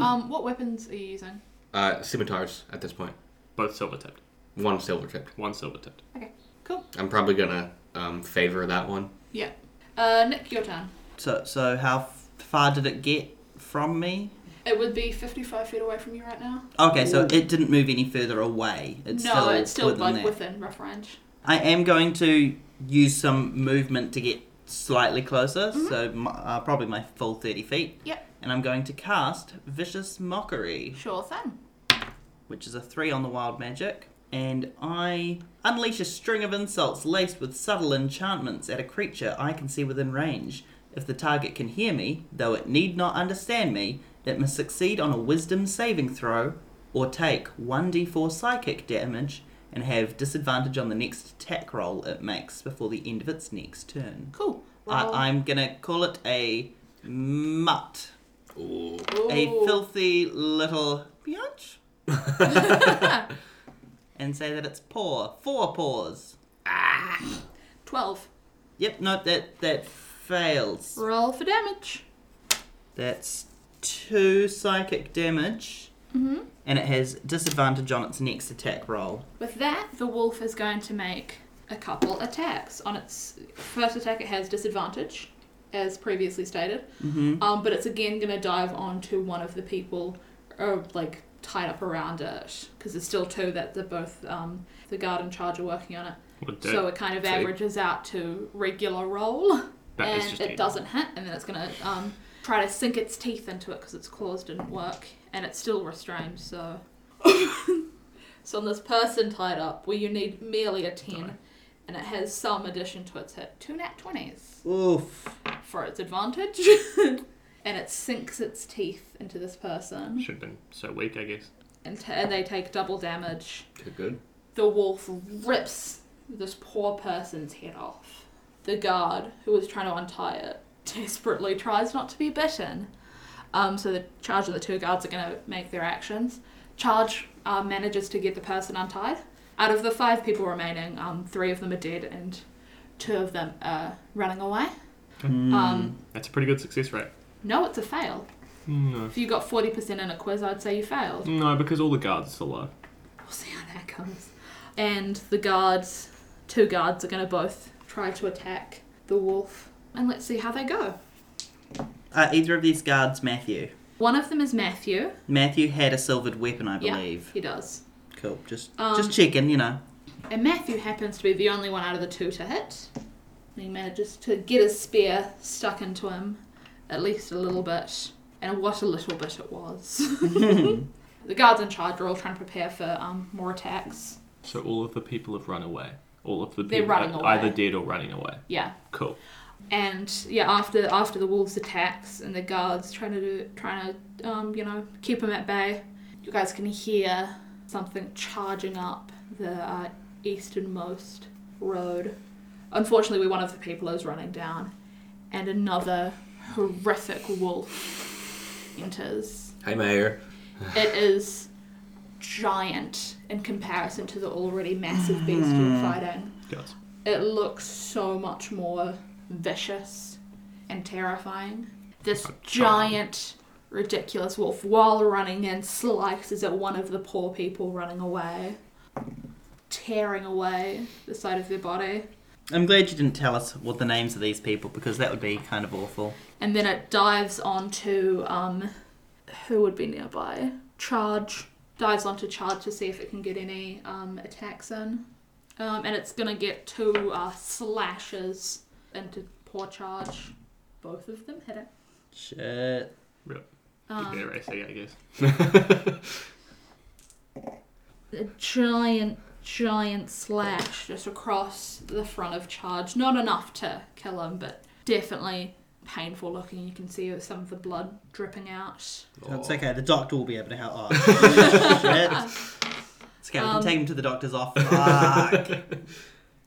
S4: um, what weapons are you using?
S2: Uh, scimitars at this point.
S5: Both silver tipped.
S2: One silver tipped.
S5: One silver tipped.
S4: Okay. Cool.
S2: I'm probably gonna um, favor that one.
S4: Yeah. Uh, Nick, your turn.
S3: So, so how f- far did it get from me?
S4: It would be 55 feet away from you right now.
S3: Okay, so it didn't move any further away. It's
S4: no,
S3: still
S4: it's still
S3: within
S4: like
S3: that.
S4: within rough range.
S3: I am going to use some movement to get slightly closer, so my, uh, probably my full 30 feet.
S4: Mm-hmm. Yep.
S3: And I'm going to cast Vicious Mockery,
S4: Sure thing.
S3: which is a 3 on the wild magic. and I unleash a string of insults laced with subtle enchantments at a creature I can see within range. If the target can hear me, though it need not understand me, it must succeed on a wisdom saving throw or take 1d4 psychic damage and have disadvantage on the next attack roll it makes before the end of its next turn.
S4: Cool. Well,
S3: I, I'm gonna call it a mutt.
S2: Ooh.
S3: A
S4: ooh.
S3: filthy little biatch. and say that it's paw. Four paws.
S4: 12.
S3: Yep, no, that that fails.
S4: Roll for damage.
S3: That's two psychic damage.
S4: Mhm.
S3: And it has disadvantage on its next attack roll.
S4: With that, the wolf is going to make a couple attacks. On its first attack, it has disadvantage, as previously stated.
S3: Mm-hmm.
S4: Um, but it's again going to dive onto one of the people, or like tied up around it, because there's still two that the both um, the guard and charge are working on it.
S1: Would do.
S4: So it kind of
S2: Two.
S4: averages out to regular roll,
S1: That
S4: and
S1: is just
S4: it
S1: it.
S4: doesn't hit, and then it's going to um, try to sink its teeth into it because its claws didn't work, and it's still restrained. So, so on this person tied up, where you need merely a ten, and it has some addition to its hit, two nat twenties
S3: Uh, Oof.
S4: for its advantage, and it sinks its teeth into this person,
S1: Should have been so weak, I guess.
S4: and, t- and they take double damage.
S2: Okay, good.
S4: The wolf rips this poor person's head off. The guard, who was trying to untie it, desperately tries not to be bitten. Um, so the charge of the two guards are going to make their actions. Charge uh, manages to get the person untied. Out of the five people remaining, um, three of them are dead and two of them are running away. Um,
S5: That's a pretty good success rate.
S4: no, it's a fail.
S5: No.
S4: If you got 40% in a quiz, I'd say you failed.
S5: No, because all the guards are still alive.
S4: We'll see how that goes. And the guards, two guards, are going to both try to attack the wolf. And let's see how they go.
S3: Are Uh, either of these guards Matthew?
S4: One of them is Matthew.
S3: Matthew had a silvered weapon, I believe.
S4: Yeah, he does.
S3: Cool. Just
S4: Um,
S3: just checking, you know.
S4: And Matthew happens to be the only one out of the two to hit. And he manages to get his spear stuck into him, at least a little bit. And what a little bit it was. the guards in charge are all trying to prepare for um, more attacks.
S5: So all of the people have run away. All of the
S4: They're
S5: people
S4: running
S5: are
S4: away.
S5: either dead or running away.
S4: Yeah.
S5: Cool.
S4: and yeah, after after the wolves attacks and the guards trying to do, trying to um, you know keep them at bay, you guys can hear something charging up the uh, easternmost road. Unfortunately, one of the people is running down, and another horrific wolf enters.
S2: Hi, Mayor.
S4: It is giant in comparison to the already massive beast you're fighting
S5: Guys.
S4: it looks so much more vicious and terrifying. This giant, ridiculous wolf, while running in, slices at one of the poor people running away, tearing away the side of their body.
S3: I'm glad you didn't tell us what the names of these people because that would be kind of awful.
S4: And then it dives onto um, who would be nearby? Charge. Dives onto Charge to see if it can get any um, attacks in. Um, and it's gonna get two uh, slashes into poor Charge. Both of them hit it.
S3: Shit.
S5: Keep
S4: Um,
S5: their AC, I guess.
S4: a giant, giant slash just across the front of Charge. Not enough to kill him, but definitely painful looking. You can see some of the blood dripping out.
S3: That's
S2: Oh.
S3: okay. The doctor will be able to help. Oh, shit. It's okay. We can
S4: Um,
S3: take him to the doctor's office. Fuck.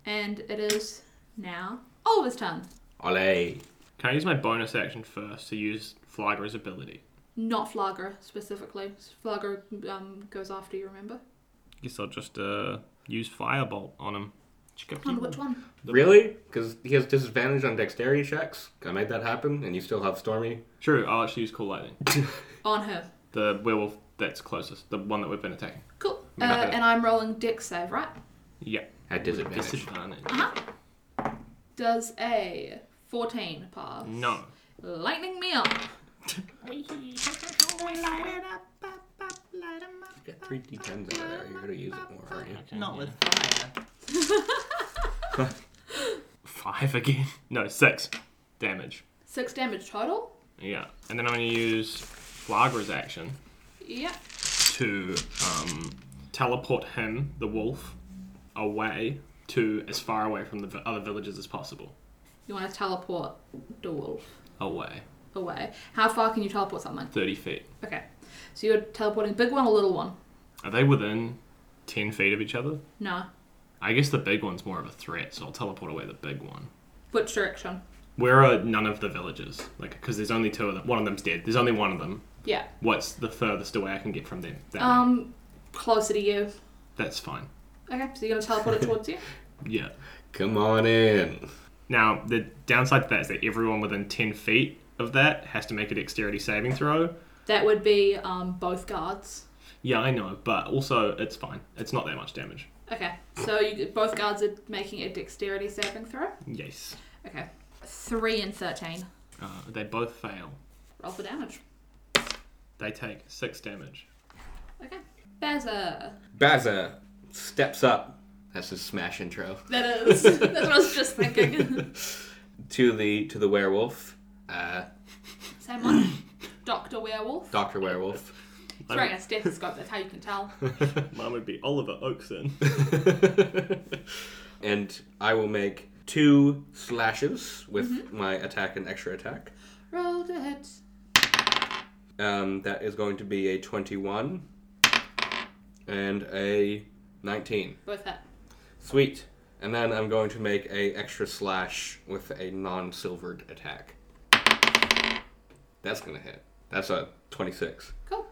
S4: And it is now Oliver's turn.
S2: Ole.
S5: Can I use my bonus action first to use Flyger's ability?
S4: Not Flagger specifically. Flagger um, goes after you, remember?
S5: Guess I'll just uh, use Firebolt on him.
S4: On which one?
S2: Really? Because he has disadvantage on dexterity checks. Can I make that happen? And you still have Stormy?
S5: True, I'll actually use Cool Lightning.
S4: On her.
S5: The werewolf that's closest, the one that we've been attacking.
S4: Cool. Uh,
S5: Not her.
S4: and I'm rolling deck save, right?
S5: Yeah.
S2: At disadvantage.
S5: Disadvantage.
S4: Uh-huh. Does a 14 pass?
S5: No.
S4: Lightning me up.
S2: You got three d10s over there. You're going to use it more, aren't you?
S3: Not with fire.
S5: Five again. No, six damage.
S4: Six damage total.
S5: Yeah. And then I'm going to use Flagra's action
S4: Yeah.
S5: to um, teleport him, the wolf, away to as far away from the vi- other villages as possible.
S4: You want to teleport the wolf
S5: Away.
S4: away. How far can you teleport someone?
S5: 30 feet.
S4: Okay. So you're teleporting big one or little one?
S5: Are they within 10 feet of each other?
S4: No.
S5: I guess the big one's more of a threat, so I'll teleport away the big one.
S4: Which direction?
S5: Where are none of the villages? Like, because there's only two of them. One of them's dead. There's only one of them.
S4: Yeah.
S5: What's the furthest away I can get from them? That way.
S4: Um, closer to you.
S5: That's fine.
S4: Okay, so you're gonna teleport it towards you.
S5: Yeah.
S2: Come on in.
S5: Now, the downside to that is that everyone within 10 feet of that has to make a dexterity saving throw.
S4: That would be um both guards.
S5: Yeah, I know, but also it's fine. It's not that much damage.
S4: Okay, so you, both guards are making a dexterity saving throw.
S5: Yes.
S4: Okay, three and thirteen.
S5: Uh, they both fail.
S4: Roll for damage.
S5: They take six damage.
S4: Okay, Bazza.
S2: Baza steps up. That's his smash intro.
S4: That is. That's what I was just thinking.
S2: To the to the werewolf. Uh,
S4: Same one. Doctor Werewolf.
S2: Doctor Werewolf.
S4: He's wearing a stethoscope. That's how you can tell.
S5: Mine would be Oliver Oakson.
S2: and I will make two slashes with my attack and extra attack.
S4: Roll to hit.
S2: Um, that is going to be a 21 and a 19.
S4: Both hit.
S2: Sweet. And then I'm going to make a extra slash with a non-silvered attack. That's gonna hit. That's a 26.
S4: Cool.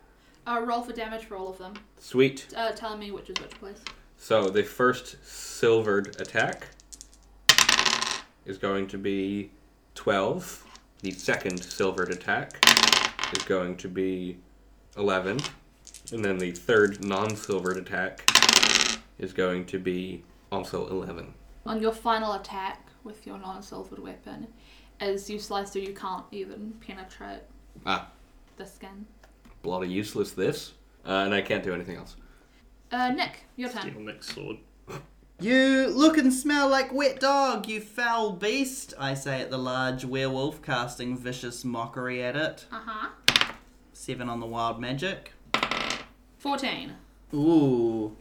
S4: Uh, roll for damage for all of them.
S2: Sweet.
S4: Uh, tell me which is which, please.
S2: So the first silvered attack is going to be 12. The second silvered attack is going to be 11. And then the third non silvered attack is going to be also 11.
S4: On your final attack with your non-silvered weapon, as you slice through, you can't even penetrate
S2: Ah,
S4: the skin.
S2: bloody useless this. Uh, and I can't do anything else.
S4: Uh, Nick, your turn.
S5: Steel next sword.
S3: You look and smell like wet dog, you foul beast, I say at the large werewolf, casting vicious mockery at it.
S4: Uh huh.
S3: Seven on the wild magic.
S4: Fourteen.
S3: Ooh.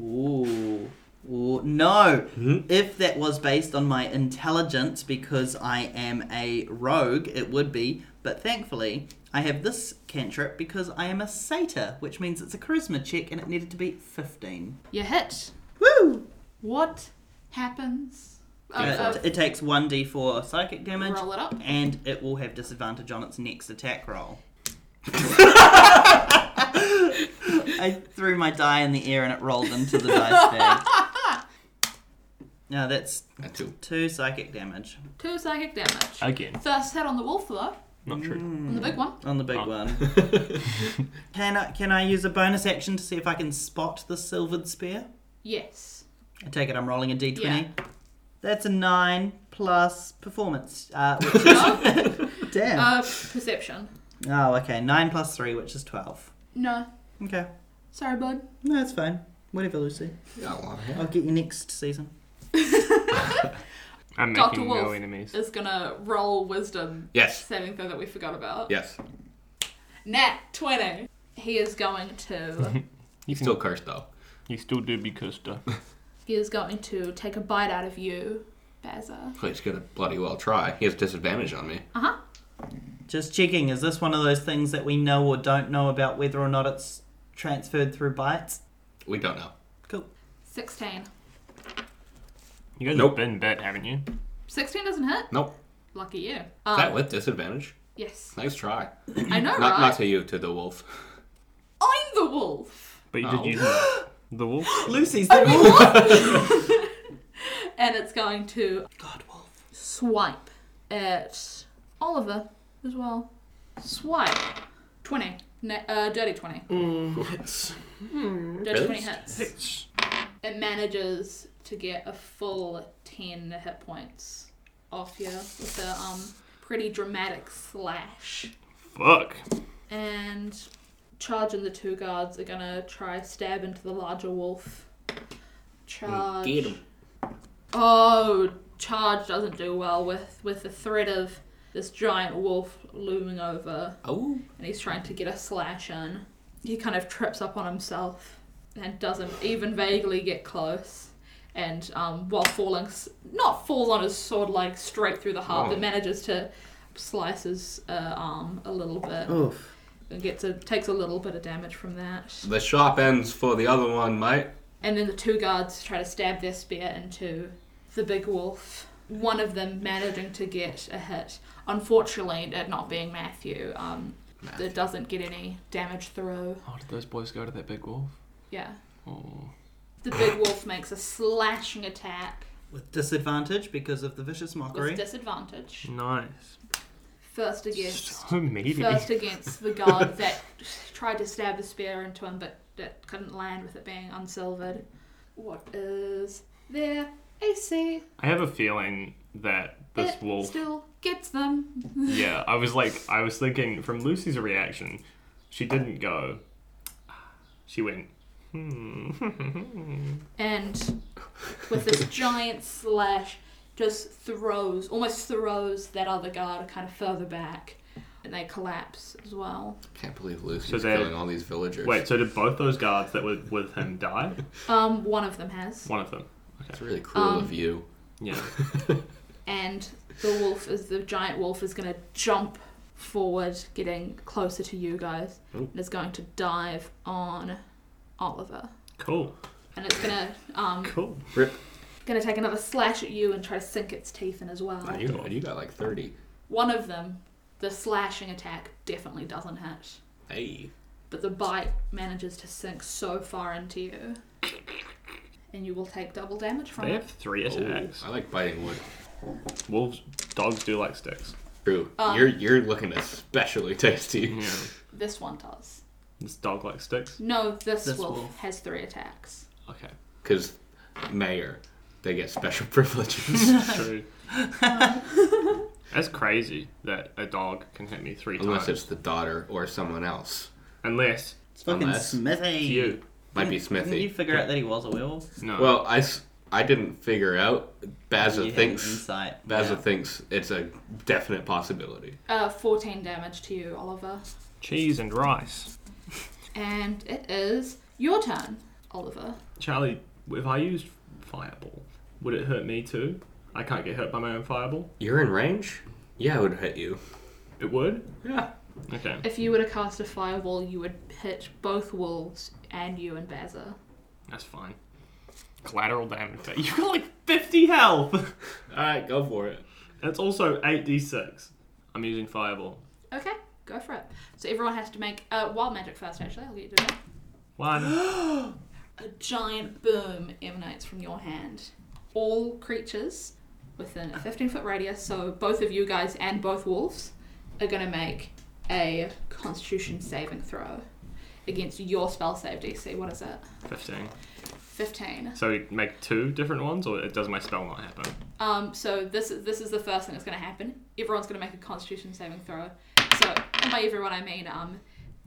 S3: Ooh. Ooh. No! If that was based on my intelligence because I am a rogue, it would be. But thankfully, I have this cantrip because I am a satyr, which means it's a charisma check and it needed to be 15.
S4: You hit.
S3: Woo!
S4: What happens? Oh,
S3: Uh,
S4: uh,
S3: it takes 1d4 psychic damage.
S4: roll it up.
S3: and it will have disadvantage on its next attack roll. I threw my die in the air and it rolled into the dice bag. Now that's
S2: That too.
S3: two psychic damage
S4: Two psychic damage.
S1: Again,
S4: First hit on the wolf though,
S1: not true.
S4: on
S2: Mm-hmm.
S4: the big one.
S3: on the big
S1: Oh.
S3: one.
S5: Mm.
S3: Can I can I use a bonus action to see if I can spot the silvered spear?
S4: Yes.
S3: I take it I'm rolling a d20.
S4: Yeah.
S3: That's a nine plus performance. Uh, which is,
S4: No.
S3: damn.
S4: uh, perception.
S3: oh, okay. Nine plus three, which is twelve.
S4: No.
S3: Okay.
S4: Sorry, bud.
S3: No, that's fine. Whatever, Lucy. I'll get you next season.
S1: I'm
S4: Dr.
S1: making no
S4: Wolf.
S1: enemies.
S4: Is gonna roll wisdom
S2: Yes.
S4: saving throw that we forgot about.
S2: Yes.
S4: Nat twenty. He is going to.
S1: You can,
S2: Still cursed though.
S1: you still do be cursed. though.
S4: he is going to take a bite out of you, Bazza.
S2: But he's gonna bloody well try. He has disadvantage on me.
S4: Uh huh.
S3: Just checking, is this one of those things that we know or don't know about whether or not it's transferred through bites?
S2: We don't know.
S3: Cool.
S4: Sixteen.
S1: You guys
S2: Nope.
S1: have been bit, haven't you?
S4: Sixteen doesn't hit.
S2: Nope.
S4: Lucky you.
S2: Is
S4: Um,
S2: that with disadvantage?
S4: yes.
S2: Nice try.
S4: I know,
S2: Not,
S4: right?
S2: not to you, to the wolf.
S4: I'm the wolf.
S1: But you
S2: Oh.
S1: did use the- the wolf.
S3: Lucy's the wolf.
S4: And it's going to
S3: God, wolf.
S4: swipe at Oliver as well. Swipe. 20. Ne- uh, dirty 20.
S3: Mm,
S5: Yes.
S4: Dirty
S2: Really?
S4: 20 hits. It manages to get a full 10 hit points off you with a um, pretty dramatic slash.
S1: Fuck.
S4: And Charge and the two guards are gonna try stab into the larger wolf. Charge.
S2: Get him.
S4: Oh, charge doesn't do well with with the threat of this giant wolf looming over,
S2: Oh.
S4: and he's trying to get a slash in. He kind of trips up on himself and doesn't even vaguely get close. And um, while falling, s- not falls on his sword like straight through the heart,
S2: Oh.
S4: but manages to slice his uh, arm a little
S3: Oh,
S4: bit
S3: Oof.
S4: and gets a takes a little bit of damage from that.
S2: The sharp ends for the other one, mate.
S4: And then the two guards try to stab their spear into the big wolf. One of them managing to get a hit. Unfortunately, it not being Matthew, um, it doesn't get any damage through.
S5: Oh, did those boys go to that big wolf?
S4: Yeah.
S5: Oh.
S4: The big wolf makes a slashing attack
S3: With disadvantage because of the vicious mockery.
S4: with disadvantage.
S5: Nice.
S4: First against
S1: So meaty.
S4: first against the guard that tried to stab the spear into him but that couldn't land with it being unsilvered. What is their AC?
S1: I have a feeling that this
S4: it
S1: wolf.
S4: still gets them.
S1: yeah, I was like, I was thinking from Lucy's reaction, she didn't go. She went. hmm.
S4: and with this giant slash just throws almost throws that other guard kind of further back and they collapse as well
S2: Can't believe Lucy's
S1: So they-
S2: killing all these villagers.
S1: Wait, so did both those guards that were with him die?
S4: um one of them has
S1: One of them.
S2: it's really cruel
S4: Um,
S2: of you.
S5: Yeah.
S4: and the wolf is the giant wolf is going to jump forward getting closer to you guys
S1: Oh.
S4: and is going to dive on oliver
S1: Cool.
S4: and it's going to um
S1: Cool.
S2: Rip.
S4: going to take another slash at you and try to sink its teeth in as well
S1: you
S2: Dude,
S1: got-
S2: you got like 30.
S4: one of them the slashing attack definitely doesn't hit
S2: Hey.
S4: but the bite manages to sink so far into you, and you will take double damage from
S1: They
S4: it.
S1: have three
S2: Oh,
S1: attacks.
S2: I like biting wood.
S1: Wolves, dogs do like sticks.
S2: True.
S4: Um,
S2: you're you're looking especially tasty.
S1: Yeah.
S4: This one does.
S1: This dog likes sticks.
S4: No, this,
S3: This
S4: wolf,
S3: wolf.
S4: has three attacks.
S5: Okay.
S2: Because mayor, they get special privileges.
S5: True. That's crazy that a dog can hit me three
S2: Unless
S5: times.
S2: it's the daughter or someone else.
S5: Unless
S3: It's fucking
S2: Unless-
S3: Smithy.
S5: it's you.
S2: Might be
S3: Didn't- Didn't you
S2: Smithy. Uh,
S3: figure out that he was a werewolf?
S5: No.
S2: Well, I, s- I didn't figure out. Bazza
S3: You had
S2: thinks
S3: Insight.
S2: Bazza
S3: Yeah.
S2: thinks it's a definite possibility.
S4: Uh, 14 damage to you, Oliver.
S5: cheese and rice.
S4: And it is your turn, Oliver.
S5: Charlie, if I used fireball, would it hurt me too? I can't get hurt by my own fireball.
S2: You're in range. Yeah, it would hit you.
S5: It would.
S2: Yeah.
S5: Okay.
S4: If you were to cast a fireball, you would hit both wolves and you and Bazza.
S5: That's fine.
S1: Collateral damage. You got like 50 health.
S2: All right, go for it.
S5: That's also eight d six. I'm using fireball.
S4: Okay, go for it. So everyone has to make uh, wild magic first, actually. I'll get you to do that.
S5: One.
S4: A giant boom emanates from your hand. All creatures within a 15 foot radius, so both of you guys and both wolves, are going to make a constitution saving throw against your spell save DC. What is it?
S5: Fifteen.
S4: 15.
S5: So we make two different ones, or does my spell not happen?
S4: Um, so this, is- this is the first thing that's going to happen. Everyone's going to make a constitution saving throw. So, and by everyone, I mean um,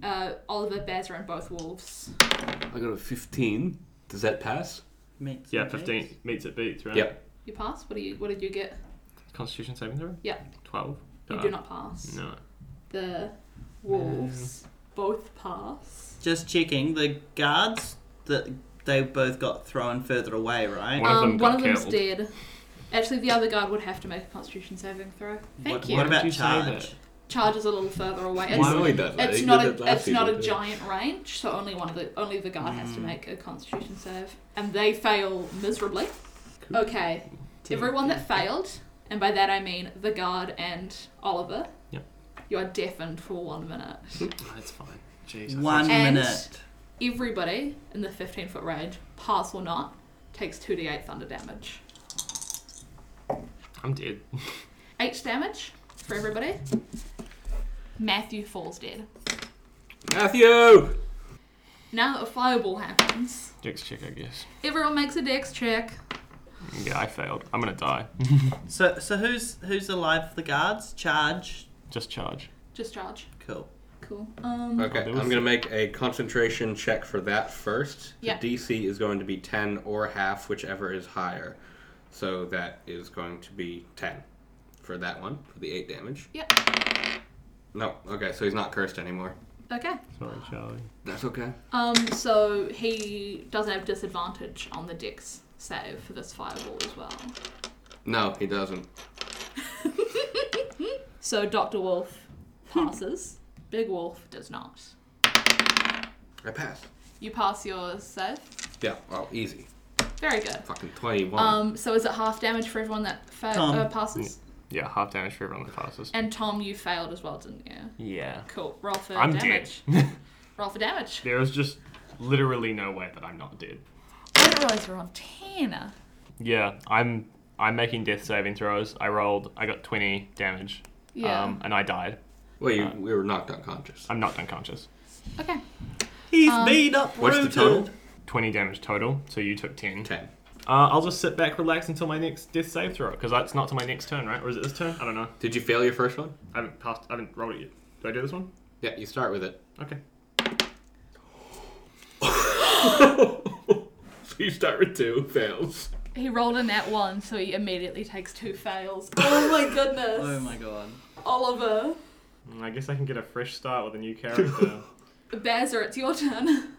S4: uh, Oliver, Bazra, and both wolves.
S2: I got a 15. Does that pass?
S3: Makes
S5: Yeah,
S3: sense.
S5: fifteen meets it beats, right?
S2: Yep.
S4: You pass? What, do you, what did you get?
S5: Constitution saving throw.
S4: Yeah.
S5: Twelve.
S4: You
S5: Uh,
S4: do not pass.
S5: No.
S4: the wolves both pass.
S3: Just checking the guards that they both got thrown further away, right?
S1: One of them got
S4: Um, one of them's
S1: killed.
S4: dead. Actually, the other guard would have to make a Constitution saving throw. Thank
S3: what,
S4: you.
S3: what
S5: Why
S3: about
S5: did you say
S3: charge?
S4: Charges a little further away.
S5: Why
S4: It's,
S5: would-
S4: it's not a it's not a giant range, so only one of the only the guard has to
S5: Mm.
S4: make a Constitution save, and they fail miserably.
S5: Cool.
S4: Okay, everyone that failed, and by that I mean the guard and Oliver.
S5: Yep.
S4: You are deafened for one minute.
S5: Oh, that's fine. Jeez. I
S3: One
S5: thought-
S4: And-
S3: minute.
S4: Everybody in the 15 foot range, pass or not, takes 2d8 thunder damage.
S5: I'm dead.
S4: 8 damage for everybody. Matthew falls dead.
S2: Matthew!
S4: Now that a fireball happens,
S1: Dex check, I guess.
S4: everyone makes a dex check.
S1: Yeah, I failed. I'm gonna die.
S3: So so who's who's alive? The guards charge.
S1: Just charge.
S4: Just charge.
S3: Cool.
S4: Cool. Um,
S2: Okay,
S1: Oh, there
S2: I'm
S1: was-
S2: going to make a concentration check for that first. The
S4: Yeah.
S2: DC is going to be 10 or half, whichever is higher. So that is going to be 10 for that one, for the 8 damage.
S4: Yep.
S2: No, okay, so he's not cursed anymore.
S4: Okay.
S5: Sorry, Charlie.
S2: That's okay.
S4: Um, so he does have disadvantage on the dex save for this fireball as well.
S2: No, he doesn't.
S4: So Dr. Wolf passes. Big Wolf does not.
S2: I passed.
S4: You pass your save.
S2: Yeah, well, easy.
S4: Very good.
S2: Fucking 21.
S4: Um, so is it half damage for everyone that fa-
S3: Tom.
S4: uh, passes?
S5: Yeah, half damage for everyone that passes.
S4: And Tom, you failed as well, didn't you?
S5: Yeah.
S4: Cool. Roll for
S5: I'm
S4: damage.
S5: dead.
S4: Roll for damage.
S5: there is just literally no way that I'm not dead.
S4: I didn't realize we're on ten.
S5: Yeah, I'm I'm making death saving throws. I rolled I got twenty damage.
S4: Yeah.
S5: Um, and I died.
S2: well, you, we were knocked unconscious.
S5: I'm knocked unconscious.
S4: okay.
S3: He's being uprooted.
S2: What's the total?
S5: Twenty damage total, so you took ten.
S2: 10.
S5: Uh, I'll just sit back, relax until my next death save throw, because that's not till my next turn, right? Or is it this turn? I don't know.
S2: Did you fail your first one?
S5: I haven't passed. I haven't rolled it yet. Do I do this one?
S2: Yeah, you start with it.
S5: Okay.
S2: So you start with two fails.
S4: He rolled in that one, so he immediately takes two fails. Oh my goodness.
S3: Oh my god.
S4: Oliver.
S5: Mm, I guess I can get a fresh start with a new character.
S4: Bazzer, it's your turn.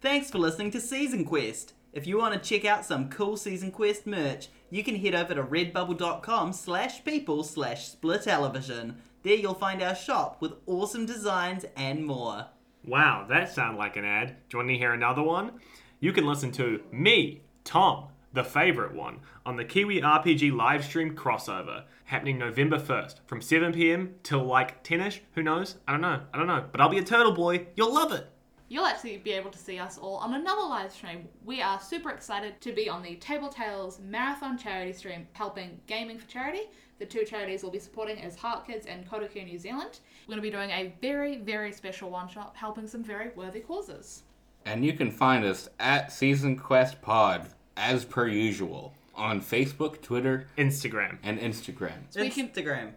S3: Thanks for listening to Season Quest. If you want to check out some cool Season Quest merch, you can head over to redbubble.com slash people slash split television. There you'll find our shop with awesome designs and more.
S5: Wow, that sounded like an ad. Do you want to hear another one? You can listen to me, Tom, the favorite one, on the Kiwi RPG livestream crossover, happening November 1st from 7 pm till like 10 ish. Who knows? I don't know. I don't know. But I'll be a turtle boy. You'll love it.
S4: You'll actually be able to see us all on another live stream. We are super excited to be on the Table Tales Marathon charity stream helping Gaming for Charity. The two charities we'll be supporting is Heart Kids and Kotaku New Zealand. We're going to be doing a very, very special one shot helping some very worthy causes.
S2: And you can find us at Season Quest Pod, as per usual, on Facebook, Twitter,
S5: Instagram.
S2: and Instagram.
S4: We can-
S3: Instagram.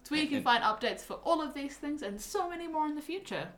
S4: It's where you can find updates for all of these things and so many more in the future.